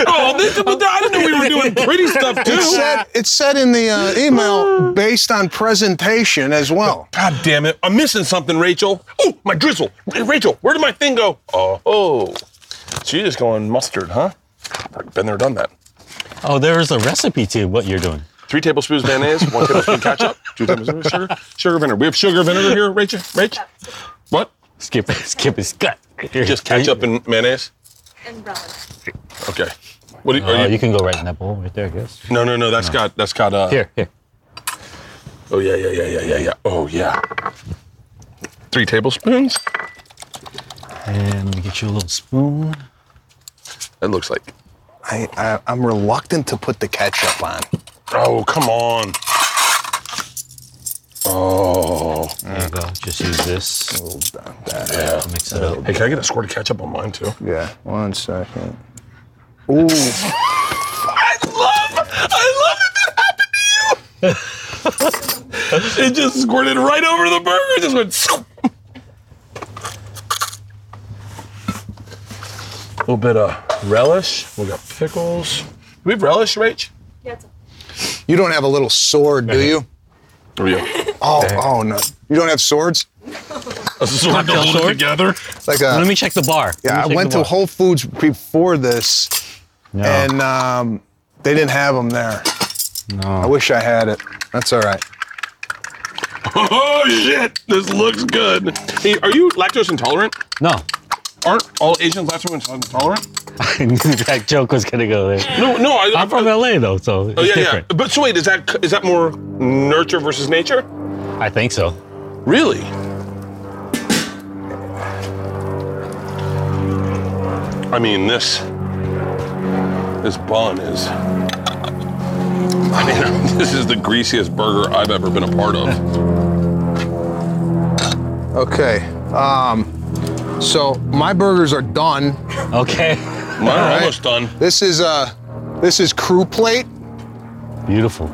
Speaker 1: Oh, this, well, I didn't know we were doing pretty stuff
Speaker 4: It
Speaker 1: too.
Speaker 4: said, it said in the uh, email based on presentation as well.
Speaker 1: God damn it! I'm missing something, Rachel. Oh, my drizzle. Hey, Rachel, where did my thing go? Oh, oh. She's just going mustard, huh? Been there, done that.
Speaker 2: Oh, there is a recipe to what you're doing.
Speaker 1: Three tablespoons mayonnaise, one tablespoon ketchup, two tablespoons sugar, sugar vinegar. We have sugar vinegar here, Rachel. Rach, what?
Speaker 2: Skip it. Skip is cut.
Speaker 1: Just ketchup and mayonnaise.
Speaker 5: And relish.
Speaker 1: Okay. What do you,
Speaker 2: Oh,
Speaker 1: are
Speaker 2: you
Speaker 1: you?
Speaker 2: can go right in that bowl right there, I guess.
Speaker 1: No, no, no. That's got. That's got. Uh,
Speaker 2: Here, here.
Speaker 1: Oh yeah, yeah, yeah, yeah, yeah, yeah. Oh yeah. Three tablespoons.
Speaker 2: And let me get you a little spoon.
Speaker 1: That looks like.
Speaker 4: I, I, I'm reluctant to put the ketchup on.
Speaker 1: Oh come on. Oh
Speaker 2: There you go. Just use this.
Speaker 1: yeah.
Speaker 2: Mix it up.
Speaker 1: Hey, can I get a squirt of ketchup on mine too?
Speaker 4: Yeah, one second. Ooh,
Speaker 1: I love, I love that that happened to you. it just squirted right over the burger. It just went. scoop. A little bit of relish. We got pickles. Do we have relish, Rach?
Speaker 5: Yeah, it's a oh,
Speaker 4: you don't have a little sword, do you?
Speaker 1: Oh yeah.
Speaker 4: Oh, oh no, you don't have swords?
Speaker 1: A sword to hold it together.
Speaker 4: Like a,
Speaker 2: Let me check the bar. Let me
Speaker 4: yeah, I
Speaker 2: check
Speaker 4: went
Speaker 2: the
Speaker 4: to
Speaker 2: bar.
Speaker 4: Whole Foods before this,
Speaker 2: No,
Speaker 4: and um, they didn't have them there. I
Speaker 2: no.
Speaker 4: wish I had it. That's all right.
Speaker 1: Oh shit! This looks good. Hey, are you lactose intolerant?
Speaker 2: No.
Speaker 1: Aren't all Asians lactose intolerant?
Speaker 2: I knew that joke was gonna go there.
Speaker 1: No, no, I,
Speaker 2: I'm from LA though, so it's
Speaker 1: oh, yeah,
Speaker 2: different.
Speaker 1: yeah. But so wait, is that is that more nurture versus nature?
Speaker 2: I think so.
Speaker 1: Really? I mean, this this bun is. I mean, this is the greasiest burger I've ever been a part of.
Speaker 4: Okay. Um, so my burgers are done.
Speaker 2: Okay.
Speaker 1: Mine are almost done.
Speaker 4: This is uh, this is crew plate,
Speaker 2: Beautiful.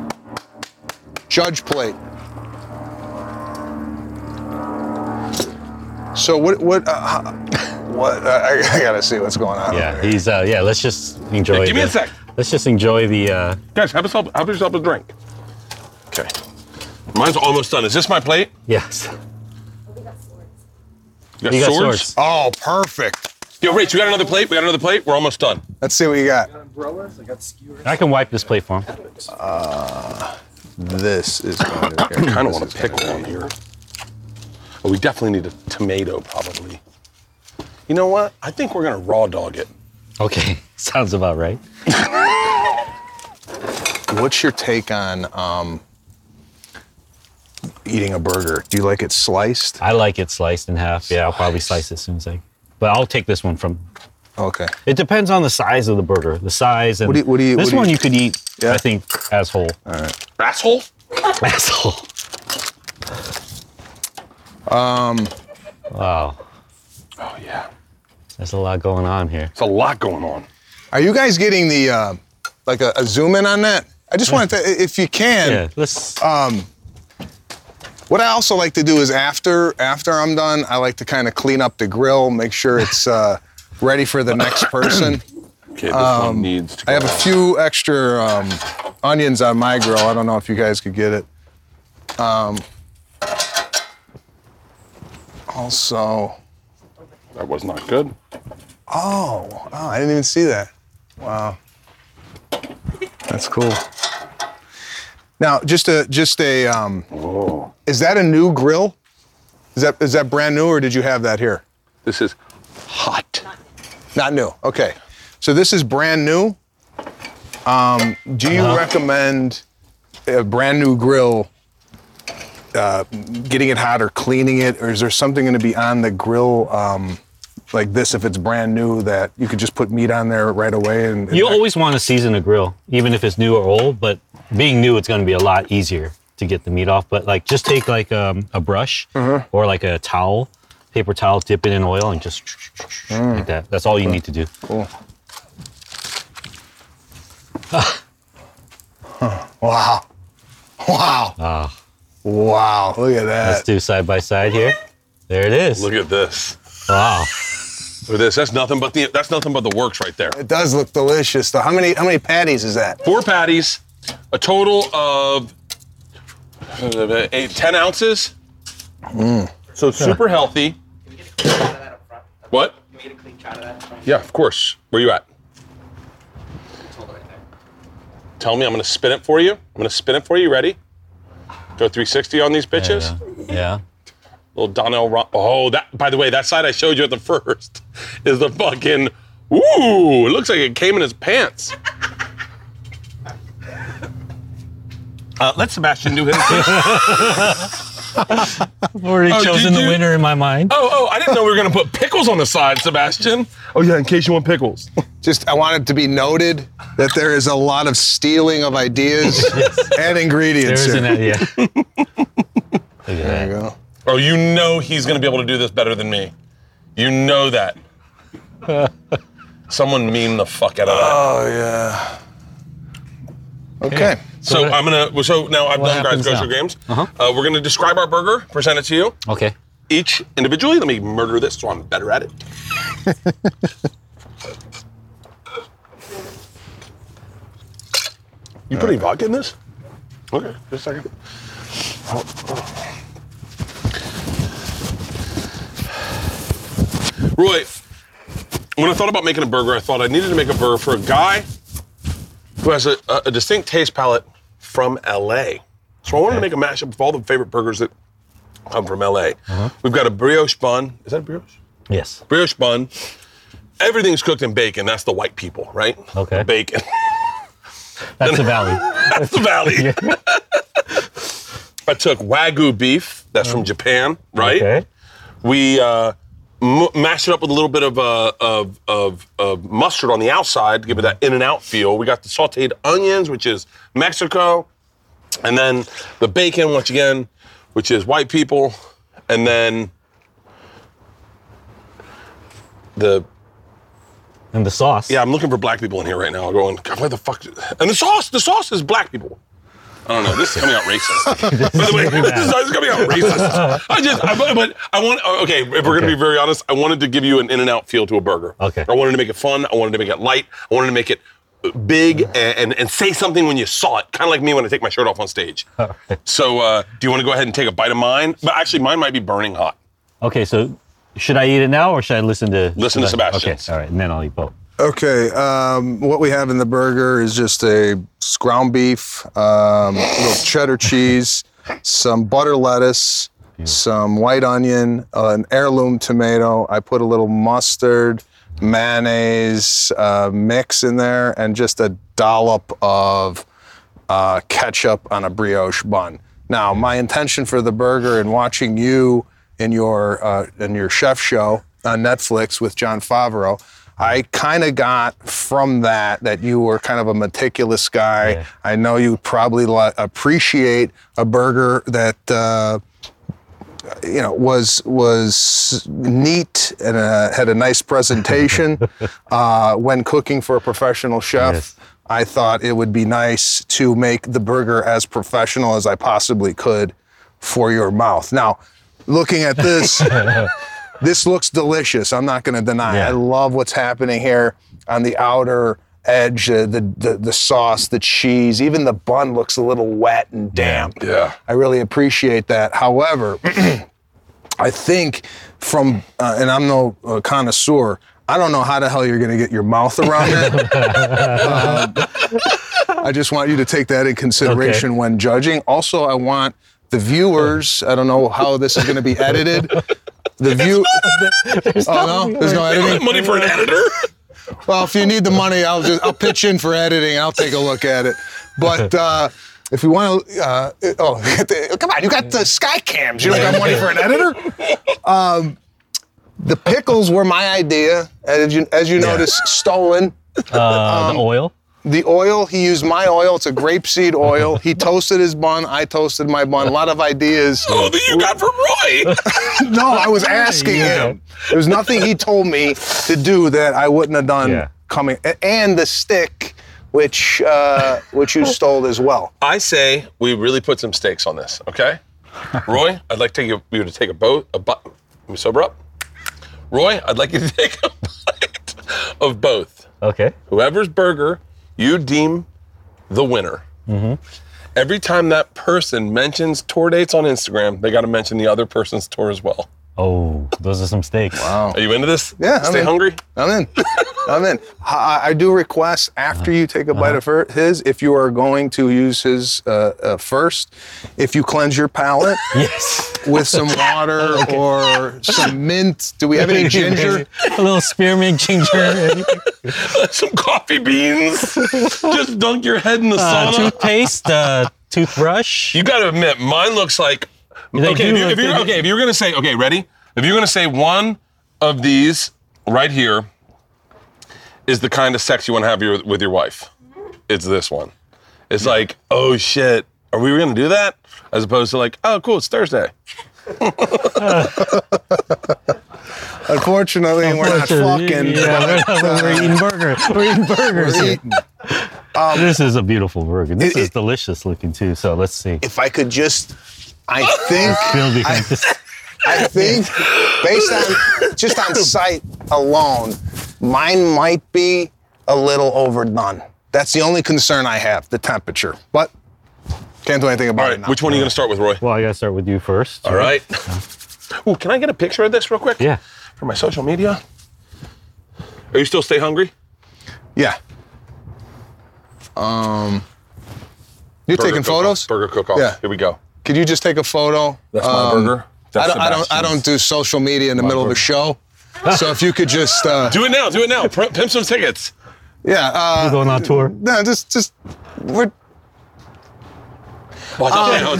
Speaker 4: judge plate. So what what uh, what I, I gotta see what's going on.
Speaker 2: Yeah, he's uh yeah, let's just enjoy
Speaker 1: Yeah, give me
Speaker 2: the-
Speaker 1: a sec.
Speaker 2: Let's just enjoy the uh
Speaker 1: Guys, have yourself have yourself a drink. Okay. Mine's almost done. Is this my plate?
Speaker 2: yes.
Speaker 1: You got,
Speaker 2: You got
Speaker 1: swords? Uh,
Speaker 2: swords.
Speaker 4: Oh, perfect.
Speaker 1: Yo, Rach, we got another plate. We got another plate. We're almost done.
Speaker 4: Let's see what you got.
Speaker 3: Umbrellas. I got skewers.
Speaker 2: I can wipe this plate for him.
Speaker 4: This is. Going to
Speaker 1: I kind of want to pick one here. Oh, we definitely need a tomato, probably. You know what? I think we're gonna raw dog it.
Speaker 2: Okay. Sounds about right.
Speaker 4: What's your take on um, eating a burger? Do you like it sliced?
Speaker 2: I like it sliced in half. Yeah, I'll probably slice it as soon as I but I'll take this one from
Speaker 4: Okay.
Speaker 2: it depends on the size of the burger. The size and
Speaker 4: What do you- what do you-
Speaker 2: this
Speaker 4: what do you-
Speaker 2: one you could eat,
Speaker 4: Yeah.
Speaker 2: I think, as whole.
Speaker 1: Asshole?
Speaker 2: As whole. Um Wow.
Speaker 1: Oh yeah.
Speaker 2: There's a lot going on here.
Speaker 1: It's a lot going on.
Speaker 4: Are you guys getting the uh, like a, a zoom in on that? I just wanted to, if you can.
Speaker 2: Yeah, let's
Speaker 4: uh, What I also like to do is after after I'm done, I like to kind of clean up the grill, make sure it's uh, ready for the next person.
Speaker 1: Okay, this one needs to.
Speaker 4: I have a
Speaker 1: go on.
Speaker 4: few extra um, onions on my grill. I don't know if you guys could get it. Um, also,
Speaker 1: That was not good.
Speaker 4: oh, oh, I didn't even see that. Wow, that's cool. Now, just a just a um,
Speaker 1: Oh,
Speaker 4: is that a new grill? Is that is that brand new or did you have that here?
Speaker 1: this is hot.
Speaker 4: Not new. Okay. So this is brand new. Um, do you recommend a brand new grill uh, getting it hot or cleaning it, or is there something going to be on the grill um, like this if it's brand new that you could just put meat on there right away? And, and
Speaker 2: You always want to season a grill, even if it's new or old. But being new, it's going to be a lot easier to get the meat off. But like, just take like um, a brush
Speaker 4: Uh-huh.
Speaker 2: or like a towel, paper towel, dip it in oil, and just
Speaker 4: Mm.
Speaker 2: like that. That's all you need to do.
Speaker 4: cool. Wow! Wow! wow! Look at
Speaker 2: Let's
Speaker 4: that.
Speaker 2: do side by side here. There it is.
Speaker 1: Look at this.
Speaker 2: Wow.
Speaker 1: Look at this. That's nothing but the. That's nothing but the works right there.
Speaker 4: It does look delicious. though. How many how many patties is that?
Speaker 1: Four patties, a total of uh, eight, 10 ounces. Mm. So super healthy. What?
Speaker 6: Made a clean shot of that. From
Speaker 1: Yeah, of course. Where you at?
Speaker 6: Hold it right there.
Speaker 1: Tell me, I'm gonna spin it for you. I'm gonna spin it for you. Ready? Go 360 on these bitches.
Speaker 2: Yeah. yeah.
Speaker 1: Little Donnell. Ron- oh, that. By the way, that side I showed you at the first is the fucking. Ooh, it looks like it came in his pants. Uh, let Sebastian do his. oh,
Speaker 2: I've already
Speaker 1: Oh,
Speaker 2: chosen
Speaker 1: did
Speaker 2: the
Speaker 1: you-
Speaker 2: winner in my mind.
Speaker 1: oh, I didn't know we were gonna put pickles on the side, Sebastian. Oh yeah, in case you want pickles.
Speaker 4: Just, I want it to be noted that there is a lot of stealing of ideas and
Speaker 2: There
Speaker 4: ingredients.
Speaker 2: is
Speaker 4: here.
Speaker 2: an yeah. Look at
Speaker 4: There
Speaker 2: that.
Speaker 4: you go.
Speaker 1: Oh, you know he's gonna be able to do this better than me. You know that. Someone meme the fuck out of
Speaker 2: Uh,
Speaker 1: that.
Speaker 4: Oh yeah. Okay.
Speaker 1: So
Speaker 2: what-
Speaker 1: I'm gonna. well, So now I've
Speaker 2: what
Speaker 1: done guys
Speaker 2: happens
Speaker 1: grocery
Speaker 2: now?
Speaker 1: games. Uh-huh. we're gonna describe our burger, present it to you
Speaker 2: Okay.
Speaker 1: each individually. Let me murder this so I'm better at it. you put any vodka in this? Okay, just a second. Roy, when I thought about making a burger, I thought I needed to make a burger for a guy who has a, a, a distinct taste palette from LA. So I wanted to make a mashup of all the favorite burgers that
Speaker 2: Uh-huh.
Speaker 1: come from LA. We've got a brioche bun. Is that a brioche?
Speaker 2: Yes.
Speaker 1: Brioche bun. everything's cooked in bacon. That's the white people, right?
Speaker 2: Okay.
Speaker 1: The bacon.
Speaker 2: That's the valley.
Speaker 1: That's the valley. I took wagyu beef. That's from Japan, right?
Speaker 2: Oh. Okay.
Speaker 1: We uh, m- mashed it up with a little bit of, uh, of, of, of mustard on the outside to give it that in and out feel. We got the sauteed onions, which is Mexico, and then the bacon, once again, which is white people, and then the
Speaker 2: And the sauce.
Speaker 1: yeah, I'm looking for black people in here right now. Going, God, why the fuck? And the sauce, the sauce is black people. I don't know. This is coming out racist. By the way, this is, this is coming out racist. I just, I, but, but I want. Okay, if we're gonna
Speaker 2: Okay.
Speaker 1: be very honest, I wanted to give you an in and out feel to a burger.
Speaker 2: Okay.
Speaker 1: I wanted to make it fun. I wanted to make it light. I wanted to make it big and and, and say something when you saw it. Kind of like me when I take my shirt off on stage. So, uh, do you want to go ahead and take a bite of mine? But actually, mine might be burning hot.
Speaker 2: Okay, so should I eat it now or should I listen to
Speaker 1: Listen to Sebastian's.
Speaker 2: Okay, all right, and then I'll eat both.
Speaker 4: Okay, um, what we have in the burger is just a s- ground beef, um, a little cheddar cheese, some butter lettuce, some white onion, uh, an heirloom tomato. I put a little mustard, mayonnaise uh, mix in there, and just a dollop of uh, ketchup on a brioche bun. Now, my intention for the burger and watching you in your uh, in your chef show on Netflix with John Favreau, I kind of got from that that you were kind of a meticulous guy.
Speaker 2: Yeah.
Speaker 4: I know you probably li- appreciate a burger that. Uh, you know, was was neat and uh, had a nice presentation. uh, when cooking for a professional chef,
Speaker 2: Yes.
Speaker 4: I thought it would be nice to make the burger as professional as I possibly could for your mouth. Now, looking at this, this looks delicious. I'm not going to deny. it.
Speaker 2: Yeah.
Speaker 4: I love what's happening here on the outer edge, uh, the, the the sauce, the cheese, even the bun looks a little wet and damp.
Speaker 1: Yeah.
Speaker 4: I really appreciate that. However, I think from, uh, and I'm no uh, connoisseur, I don't know how the hell you're going to get your mouth around it. Um, I just want you to take that in consideration when judging. Also, I want the viewers, I don't know how this is going to be edited. The view. oh, no, there's no
Speaker 1: I don't
Speaker 4: editing.
Speaker 1: have money for an editor.
Speaker 4: Well, if you need the money, I'll just I'll pitch in for editing. I'll take a look at it. But uh, if you want to, uh, oh, come on, you got the sky cams. You don't got money for an editor. Um, the pickles were my idea, as you as you notice, stolen.
Speaker 2: Uh,
Speaker 1: Um,
Speaker 2: the oil.
Speaker 4: The oil he used my oil. It's a grapeseed oil. He toasted his bun. I toasted my bun. A lot of ideas.
Speaker 1: Oh, that you got from Roy.
Speaker 4: No, I was asking
Speaker 2: Yeah.
Speaker 4: him. There was nothing he told me to do that I wouldn't have done
Speaker 2: Yeah.
Speaker 4: coming. a- And the stick, which uh, which you stole as well.
Speaker 1: I say we really put some stakes on this, okay? Roy, I'd like to take you, you to take a boat, a bu- Let me sober up. Roy, I'd like you to take a bite of both.
Speaker 2: Okay.
Speaker 1: Whoever's burger you deem the winner. Every time that person mentions tour dates on Instagram, they got to mention the other person's tour as well.
Speaker 2: Oh, those are some steaks. Wow.
Speaker 1: Are you into this?
Speaker 4: Yeah, I'm
Speaker 1: Stay
Speaker 4: in.
Speaker 1: hungry.
Speaker 4: I'm in. I'm in. I, I do request after you take a bite
Speaker 2: Uh-huh.
Speaker 4: of her, his, if you are going to use his uh, uh, first, if you cleanse your palate
Speaker 2: Yes.
Speaker 4: with some water or some mint. Do we have any ginger?
Speaker 2: a little spearmint ginger.
Speaker 1: Some coffee beans. Just dunk your head in the
Speaker 2: uh,
Speaker 1: sauna.
Speaker 2: toothpaste. Uh, toothbrush.
Speaker 1: You got to admit, mine looks like.
Speaker 2: They
Speaker 1: okay, if
Speaker 2: do
Speaker 1: you, if
Speaker 2: look-
Speaker 1: you,
Speaker 2: they do-
Speaker 1: okay, if you're gonna say, okay, ready? If you're gonna say one of these right here is the kind of sex you want to have your, with your wife, it's this one. It's like, oh shit, are we gonna do that? As opposed to like, oh cool, it's Thursday.
Speaker 4: Unfortunately, we're not fucking.
Speaker 2: Yeah, we're, not- we're eating burger. We're eating burgers.
Speaker 4: We're eating. um,
Speaker 2: this is a beautiful burger. This
Speaker 4: It-
Speaker 2: is
Speaker 4: it-
Speaker 2: delicious looking too. So let's see.
Speaker 4: If I could just, I think.
Speaker 2: Building like this.
Speaker 4: I think, based on just on sight alone, mine might be a little overdone. That's the only concern I have, the temperature. But can't do anything about
Speaker 1: All
Speaker 4: it
Speaker 1: right,
Speaker 4: now.
Speaker 1: which one are you gonna start with, Roy?
Speaker 2: Well, I gotta start with you first.
Speaker 1: All right. Ooh, can I get a picture of this real quick?
Speaker 2: Yeah.
Speaker 1: For my social media. Are you still stay hungry?
Speaker 4: Yeah. Um. You're
Speaker 1: Burger
Speaker 4: taking
Speaker 1: cook-off,
Speaker 4: photos.
Speaker 1: Burger cook-off.
Speaker 4: Yeah.
Speaker 1: Here we go.
Speaker 4: Could you just take a photo?
Speaker 1: That's my
Speaker 4: Um,
Speaker 1: burger. That's
Speaker 4: I don't, I don't. I
Speaker 1: Sebastian's.
Speaker 4: don't do social media in the middle of a
Speaker 1: burger.
Speaker 4: show. So if you could just, uh,
Speaker 1: Do it now. Do it now. Pr- Pimp some tickets.
Speaker 4: yeah, uh,
Speaker 2: going on tour.
Speaker 4: no, just, just, we're,
Speaker 1: Watch out.
Speaker 4: Oh,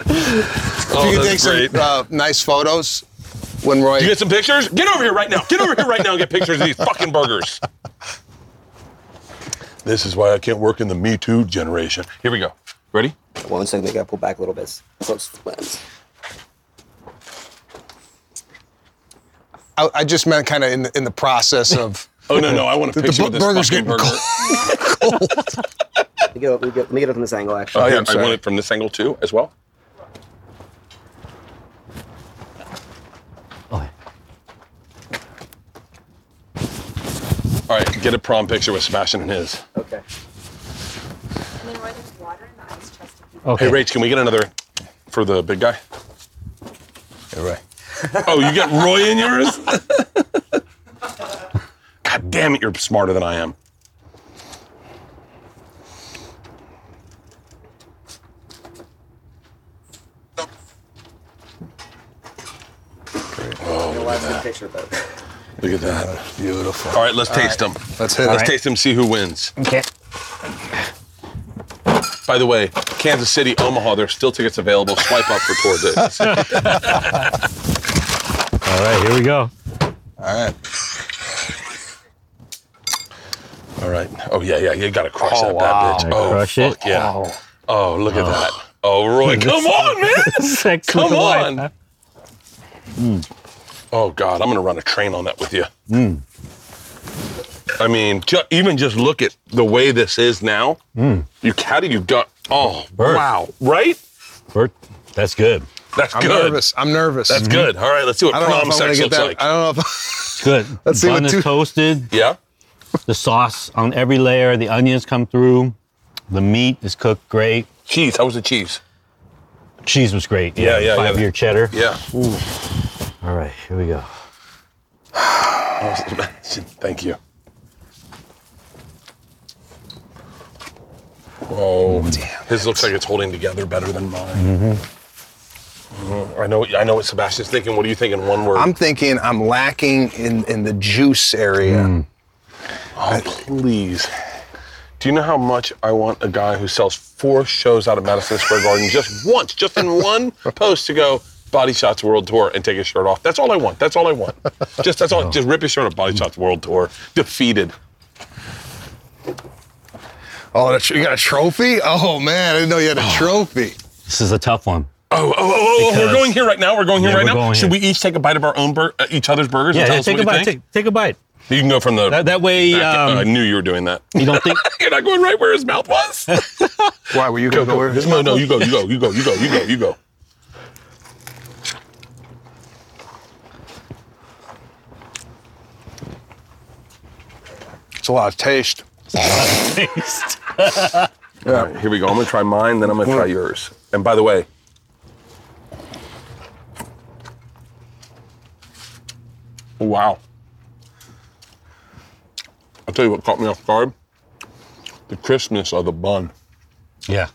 Speaker 4: if you could take
Speaker 1: Oh, that's
Speaker 4: some
Speaker 1: great.
Speaker 4: uh, nice photos when Roy.
Speaker 1: You get some pictures? Get over here right now. Get over here right now and get pictures of these fucking burgers. This is why I can't work in the Me Too generation. Here we go. Ready?
Speaker 7: One second, they gotta pull back a little bit. Close to the lens.
Speaker 4: I, I just meant kind of in the, in the process of.
Speaker 1: Oh no, no, I want to
Speaker 4: The
Speaker 1: picture with
Speaker 4: bu-
Speaker 1: this
Speaker 4: burger's
Speaker 1: fucking
Speaker 4: getting
Speaker 1: burger.
Speaker 7: Let me get, up- let me get, let me get up from this angle, actually.
Speaker 1: Oh,
Speaker 4: yeah,
Speaker 1: yeah,
Speaker 4: I'm
Speaker 1: I
Speaker 4: sorry.
Speaker 1: want it from this angle too, as well.
Speaker 4: Uh,
Speaker 1: All right, get a prom picture with Sebastian and his.
Speaker 7: Okay.
Speaker 5: And then Roy, there's water in the ice chest. if you-
Speaker 1: Hey,
Speaker 2: Okay.
Speaker 1: Rach, can we get another for the big guy?
Speaker 4: Roy.
Speaker 1: Oh, you got Roy in yours? God damn it, you're smarter than I am.
Speaker 7: Watch the picture, though.
Speaker 1: Look at that.
Speaker 4: Beautiful.
Speaker 1: All right, let's taste them.
Speaker 4: Let's hit
Speaker 1: Let's
Speaker 4: it.
Speaker 1: taste them, see who wins. Okay. By the way, Kansas City, Omaha, there's still tickets available. Swipe up for tour dates.
Speaker 2: All right, here we go.
Speaker 4: All right.
Speaker 1: All right. Oh, yeah, yeah. You got to crush
Speaker 4: Oh,
Speaker 1: that
Speaker 4: wow.
Speaker 1: bad bitch.
Speaker 2: Gotta
Speaker 1: Oh,
Speaker 2: crush
Speaker 1: fuck
Speaker 2: it.
Speaker 1: yeah. Oh, look at that. Oh, Roy, come on, man.
Speaker 2: Sex
Speaker 1: Come
Speaker 2: with the wife,
Speaker 1: on.
Speaker 2: huh?
Speaker 1: Oh, God, I'm going to run a train on that with you.
Speaker 4: Hmm.
Speaker 1: I mean, ju- even just look at the way this is now.
Speaker 4: Hmm.
Speaker 1: You, how do you got, oh,
Speaker 2: Bird.
Speaker 1: wow. Right?
Speaker 2: Bert, that's good.
Speaker 1: That's
Speaker 4: I'm
Speaker 1: good.
Speaker 4: nervous. I'm nervous.
Speaker 1: That's good. All right, let's see what
Speaker 4: I don't know
Speaker 1: prom
Speaker 4: if I'm gonna
Speaker 1: sex
Speaker 4: get
Speaker 1: looks
Speaker 4: that.
Speaker 1: like.
Speaker 4: I don't know if.
Speaker 2: It's good.
Speaker 4: Let's see
Speaker 2: Bun
Speaker 4: what
Speaker 2: is
Speaker 4: two-
Speaker 2: toasted.
Speaker 1: yeah?
Speaker 2: The sauce on every layer. The onions come through. The meat is cooked great.
Speaker 1: Cheese. How was the cheese?
Speaker 2: Cheese was great.
Speaker 1: Yeah, yeah, yeah.
Speaker 2: Five year cheddar.
Speaker 1: Yeah.
Speaker 2: All right, here we go.
Speaker 1: Thank you. Oh, his looks like it's holding together better than mine.
Speaker 4: Mm-hmm.
Speaker 1: Mhm. I know. I know what Sebastian's thinking. What are you thinking? One word.
Speaker 4: I'm thinking I'm lacking in in the juice area.
Speaker 1: Hmm. oh, please. Do you know how much I want a guy who sells four shows out of Madison Square Garden just once, just in one post, to go Body Shots World Tour and take his shirt off? That's all I want. That's all I want. Just that's all. Just rip his shirt off. Body Shots World Tour. Defeated.
Speaker 4: Oh, that's- you got a trophy? Oh man, I didn't know you had a trophy.
Speaker 2: This is a tough one.
Speaker 1: Oh, oh, oh, oh, oh, we're
Speaker 2: Because-
Speaker 1: going here right now. We're going here
Speaker 2: Yeah,
Speaker 1: right now.
Speaker 2: we're going
Speaker 1: Should
Speaker 2: here.
Speaker 1: we each take a bite of our own bur- uh, each other's burgers? and tell us
Speaker 2: take
Speaker 1: what
Speaker 2: a
Speaker 1: you
Speaker 2: bite.
Speaker 1: think?
Speaker 2: Take, take a bite.
Speaker 1: You can go from the.
Speaker 2: That, that way,
Speaker 1: back- I
Speaker 2: um,
Speaker 1: knew you were doing that.
Speaker 2: you don't think.
Speaker 1: You're not going right where his mouth was.
Speaker 4: Why were you gonna go? where-
Speaker 1: no, no, you go, you go, you go, you go, you go, you go.
Speaker 4: It's a lot of taste.
Speaker 2: taste.
Speaker 1: All right, here we go. I'm gonna try mine, then I'm gonna try yours. And by the way, wow. I'll tell you what caught me off guard: the crispness of the bun.
Speaker 2: yeah.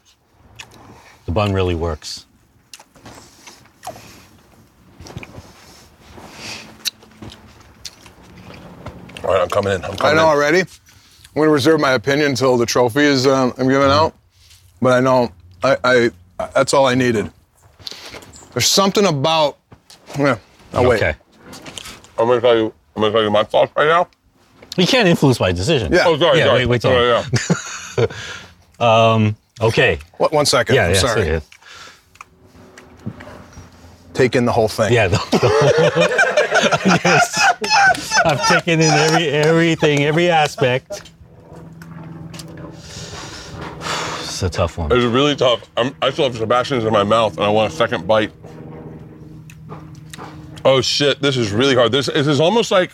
Speaker 2: The bun really works.
Speaker 1: All right, I'm coming in. I'm
Speaker 4: I
Speaker 1: coming
Speaker 4: know
Speaker 1: in.
Speaker 4: already. I'm gonna reserve my opinion until the trophy is um, I'm giving out. But I know I, I, that's all I needed. There's something about. Yeah. Oh wait.
Speaker 2: Okay.
Speaker 1: I'm gonna tell you. I'm gonna tell you my thoughts right now.
Speaker 2: You can't influence my decision.
Speaker 4: Yeah.
Speaker 1: Oh, sorry,
Speaker 2: Yeah,
Speaker 1: sorry.
Speaker 2: wait, wait till-
Speaker 1: sorry, yeah.
Speaker 2: Okay.
Speaker 4: What, one second.
Speaker 2: Yeah,
Speaker 4: I'm
Speaker 2: yeah,
Speaker 4: sorry.
Speaker 2: sorry.
Speaker 4: Take in the whole thing.
Speaker 2: Yeah. The, the- yes. I've taken in every everything, every aspect. It's a tough one.
Speaker 1: It's really tough. I'm, I still have Sebastian's in my mouth, and I want a second bite. Oh shit! This is really hard. This, this is almost like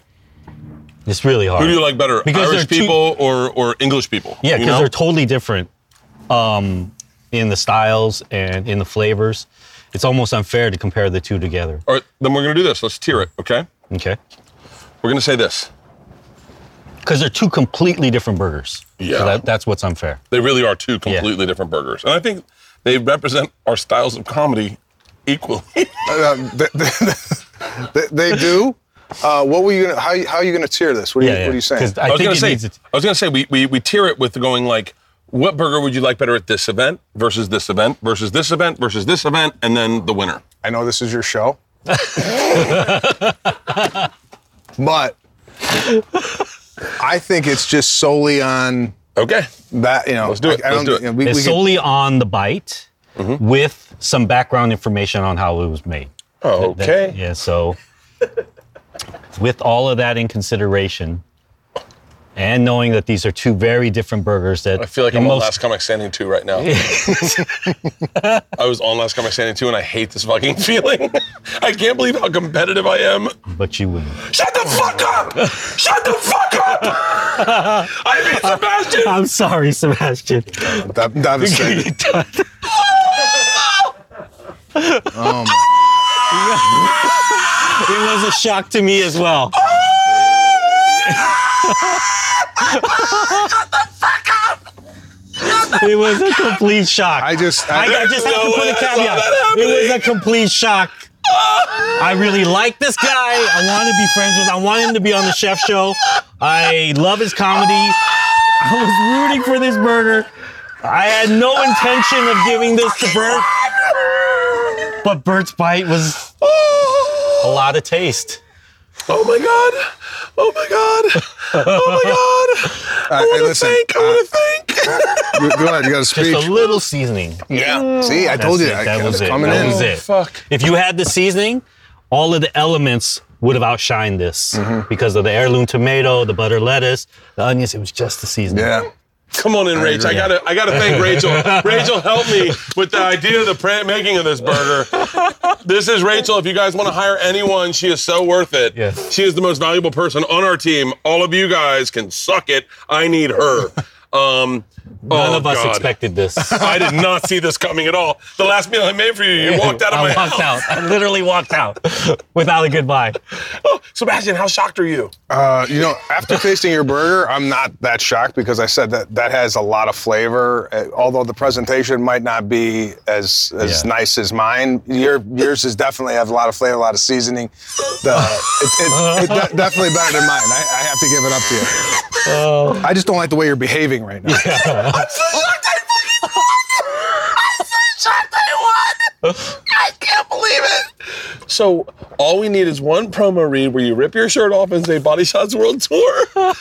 Speaker 2: It's really hard.
Speaker 1: who do you like better,
Speaker 2: Because they're
Speaker 1: Irish
Speaker 2: two-
Speaker 1: people or or English people?
Speaker 2: Yeah,
Speaker 1: you
Speaker 2: because
Speaker 1: know?
Speaker 2: they're totally different um, in the styles and in the flavors. It's almost unfair to compare the two together.
Speaker 1: All right, then we're gonna do this. Let's tier it, okay?
Speaker 2: Okay.
Speaker 1: We're gonna say this.
Speaker 2: Because they're two completely different burgers.
Speaker 1: Yeah.
Speaker 2: So that, that's what's unfair.
Speaker 1: They really are two completely different burgers, and I think they represent our styles of comedy equally.
Speaker 4: Um, th- th- th- they do. Uh, what were you gonna? How, how are you gonna tier this? What are you, what are you saying?
Speaker 2: 'Cause I,
Speaker 1: I, was
Speaker 2: think
Speaker 1: gonna
Speaker 2: it
Speaker 1: say,
Speaker 2: needs it.
Speaker 1: I was gonna say we, we we tier it with going like, what burger would you like better at this event versus this event versus this event versus this event, and then the winner.
Speaker 4: I know this is your show, but I think it's just solely on
Speaker 1: Okay.
Speaker 4: that. You know,
Speaker 1: Let's do it.
Speaker 4: I, I
Speaker 1: Let's do it.
Speaker 4: you know, we,
Speaker 2: It's
Speaker 4: we could-
Speaker 2: solely on the bite
Speaker 1: Mm-hmm.
Speaker 2: with some background information on how it was made.
Speaker 1: Oh,
Speaker 2: That-
Speaker 1: okay.
Speaker 2: yeah, so with all of that in consideration and knowing that these are two very different burgers that
Speaker 1: I feel like
Speaker 2: in
Speaker 1: I'm on
Speaker 2: most-
Speaker 1: Last Comic Standing too right now. I was on Last Comic Standing too, and I hate this fucking feeling. I can't believe how competitive I am.
Speaker 2: but you wouldn't.
Speaker 1: Shut the fuck up! Shut the fuck up! I mean, Sebastian!
Speaker 2: I'm sorry, Sebastian.
Speaker 4: that, that is it.
Speaker 2: It was a shock to me as well. It was a complete shock.
Speaker 4: I just.
Speaker 2: I, I just have to put a caveat. It was a complete shock. I really like this guy. I want to be friends with. I want him to be on the chef show. I love his comedy. I was rooting for this burger. I had no intention of giving this to Bert, but Bert's bite was a lot of taste.
Speaker 1: Oh my god! Oh my god! Oh my god!
Speaker 4: I,
Speaker 1: I wanna
Speaker 4: listen,
Speaker 1: think! I
Speaker 4: uh,
Speaker 1: wanna think!
Speaker 4: you- go ahead. You got
Speaker 2: Just
Speaker 4: to speak.
Speaker 2: a little seasoning.
Speaker 1: Yeah.
Speaker 4: See, I
Speaker 2: That's
Speaker 4: told you.
Speaker 2: it.
Speaker 4: I,
Speaker 2: That
Speaker 4: I
Speaker 2: was it.
Speaker 4: coming
Speaker 2: That
Speaker 4: in. Oh,
Speaker 2: was it.
Speaker 1: Fuck.
Speaker 2: If you had the seasoning, all of the elements would have outshined this because of the heirloom tomato, the butter lettuce, the onions. It was just the seasoning.
Speaker 4: Yeah.
Speaker 1: Come on in, Rachel. I gotta, I gotta thank Rachel. Rachel helped me with the idea of the pra- making of this burger. This is Rachel. If you guys want to hire anyone, she is so worth it.
Speaker 2: Yes.
Speaker 1: She is the most valuable person on our team. All of you guys can suck it. I need her. Um,
Speaker 2: None
Speaker 1: oh,
Speaker 2: of us
Speaker 1: God.
Speaker 2: expected this.
Speaker 1: I did not see this coming at all. The last meal I made for you, you walked out of
Speaker 2: I
Speaker 1: my
Speaker 2: walked
Speaker 1: house.
Speaker 2: out. I literally walked out without a goodbye.
Speaker 1: Sebastian, how shocked are you?
Speaker 4: Uh, you know, after tasting your burger, I'm not that shocked because I said that that has a lot of flavor. Uh, although the presentation might not be as as
Speaker 2: Yeah.
Speaker 4: nice as mine, your yours is definitely have a lot of flavor, a lot of seasoning. The, it's it's it de- definitely better than mine. I, I have to give it up to you.
Speaker 2: Oh.
Speaker 4: I just don't like the way you're behaving right now.
Speaker 1: So all we need is one promo read where you rip your shirt off and say "Body Shots World Tour." and,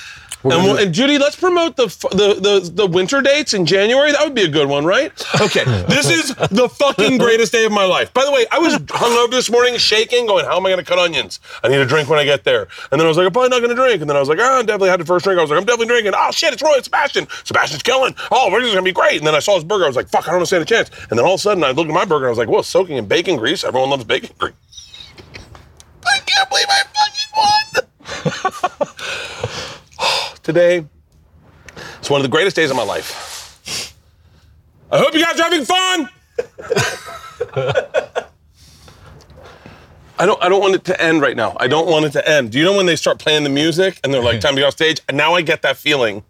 Speaker 1: we'll, and Judy, let's promote the, f- the the the winter dates in January. That would be a good one, right? Okay, this is the fucking greatest day of my life. By the way, I was hungover this morning, shaking, going, "How am I going to cut onions? I need a drink when I get there." And then I was like, "I'm probably not going to drink." And then I was like, "Oh, I definitely had the first drink." I was like, "I'm definitely drinking." Oh shit, it's Roy and Sebastian. Sebastian's killing. Oh, this is going to be great. And then I saw his burger. I was like, "Fuck, I don't stand a chance." And then all of a sudden, I looked at my burger. and I was like, "Whoa, soaking in bacon grease. Everyone loves bacon grease." I can't believe I fucking won. Today, it's one of the greatest days of my life. I hope you guys are having fun. I don't. I don't want it to end right now. I don't want it to end. Do you know when they start playing the music and they're like, "Time to get off stage"? And now I get that feeling.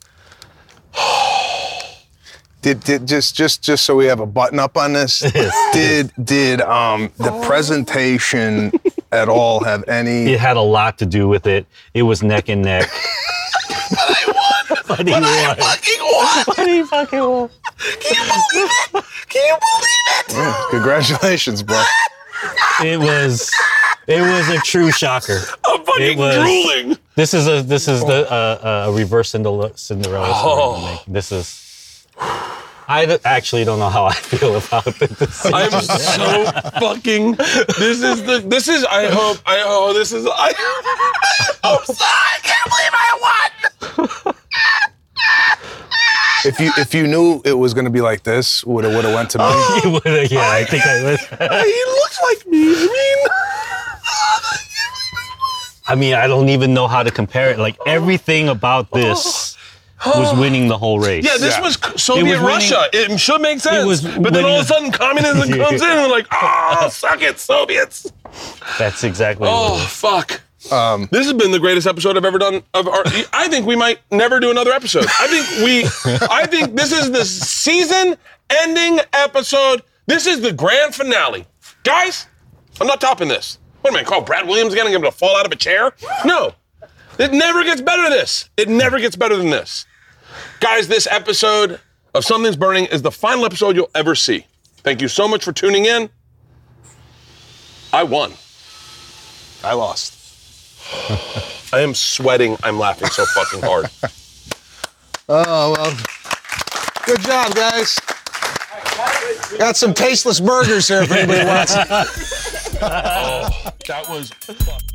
Speaker 4: Did, did just just just so we have a button up on this? did did um the presentation at all have any?
Speaker 2: It had a lot to do with it. It was neck and neck. but I won. But
Speaker 1: Fucking what?
Speaker 2: he fucking won.
Speaker 1: Can you believe it?
Speaker 4: Congratulations, bro.
Speaker 2: It was. It was a true shocker.
Speaker 1: I'm fucking
Speaker 2: It was-
Speaker 1: drooling.
Speaker 2: This is a this is the uh, uh, a reverse Cinderella, Cinderella story.
Speaker 1: Oh.
Speaker 2: to make. This is. I d- actually don't know how I feel about it. This
Speaker 1: I'm so fucking. This is the. This is. I hope. I oh. This is. I. I'm Oh, sorry. I can't believe I won.
Speaker 4: If you if you knew it was gonna be like this, would it would have went to me?
Speaker 2: You would- yeah, I think I would.
Speaker 1: He looks like me. I mean.
Speaker 2: I mean, I don't even know how to compare it. Like everything about this was winning the whole race.
Speaker 1: Yeah. This
Speaker 4: Yeah.
Speaker 1: was Soviet
Speaker 2: winning-
Speaker 1: Russia. It should make sense.
Speaker 2: was
Speaker 1: but then all of a sudden,
Speaker 2: winning-
Speaker 1: communism comes in and they're like, oh, suck it, Soviets.
Speaker 2: That's exactly.
Speaker 1: Oh
Speaker 2: Oh.
Speaker 1: fuck. this has been the greatest episode I've ever done of our. I think we might never do another episode. I think we. I think this is the season-ending episode. This is the grand finale. Guys, I'm not topping this. What am I gonna call Brad Williams again and get him to fall out of a chair? No. It never gets better than this. It never gets better than this. Guys, this episode of Something's Burning is the final episode you'll ever see. Thank you so much for tuning in. I won.
Speaker 4: I lost.
Speaker 1: I am sweating. I'm laughing so fucking hard.
Speaker 4: Oh well. Good job, guys. Got some tasteless burgers here if anybody wants.
Speaker 1: that was. Fuck.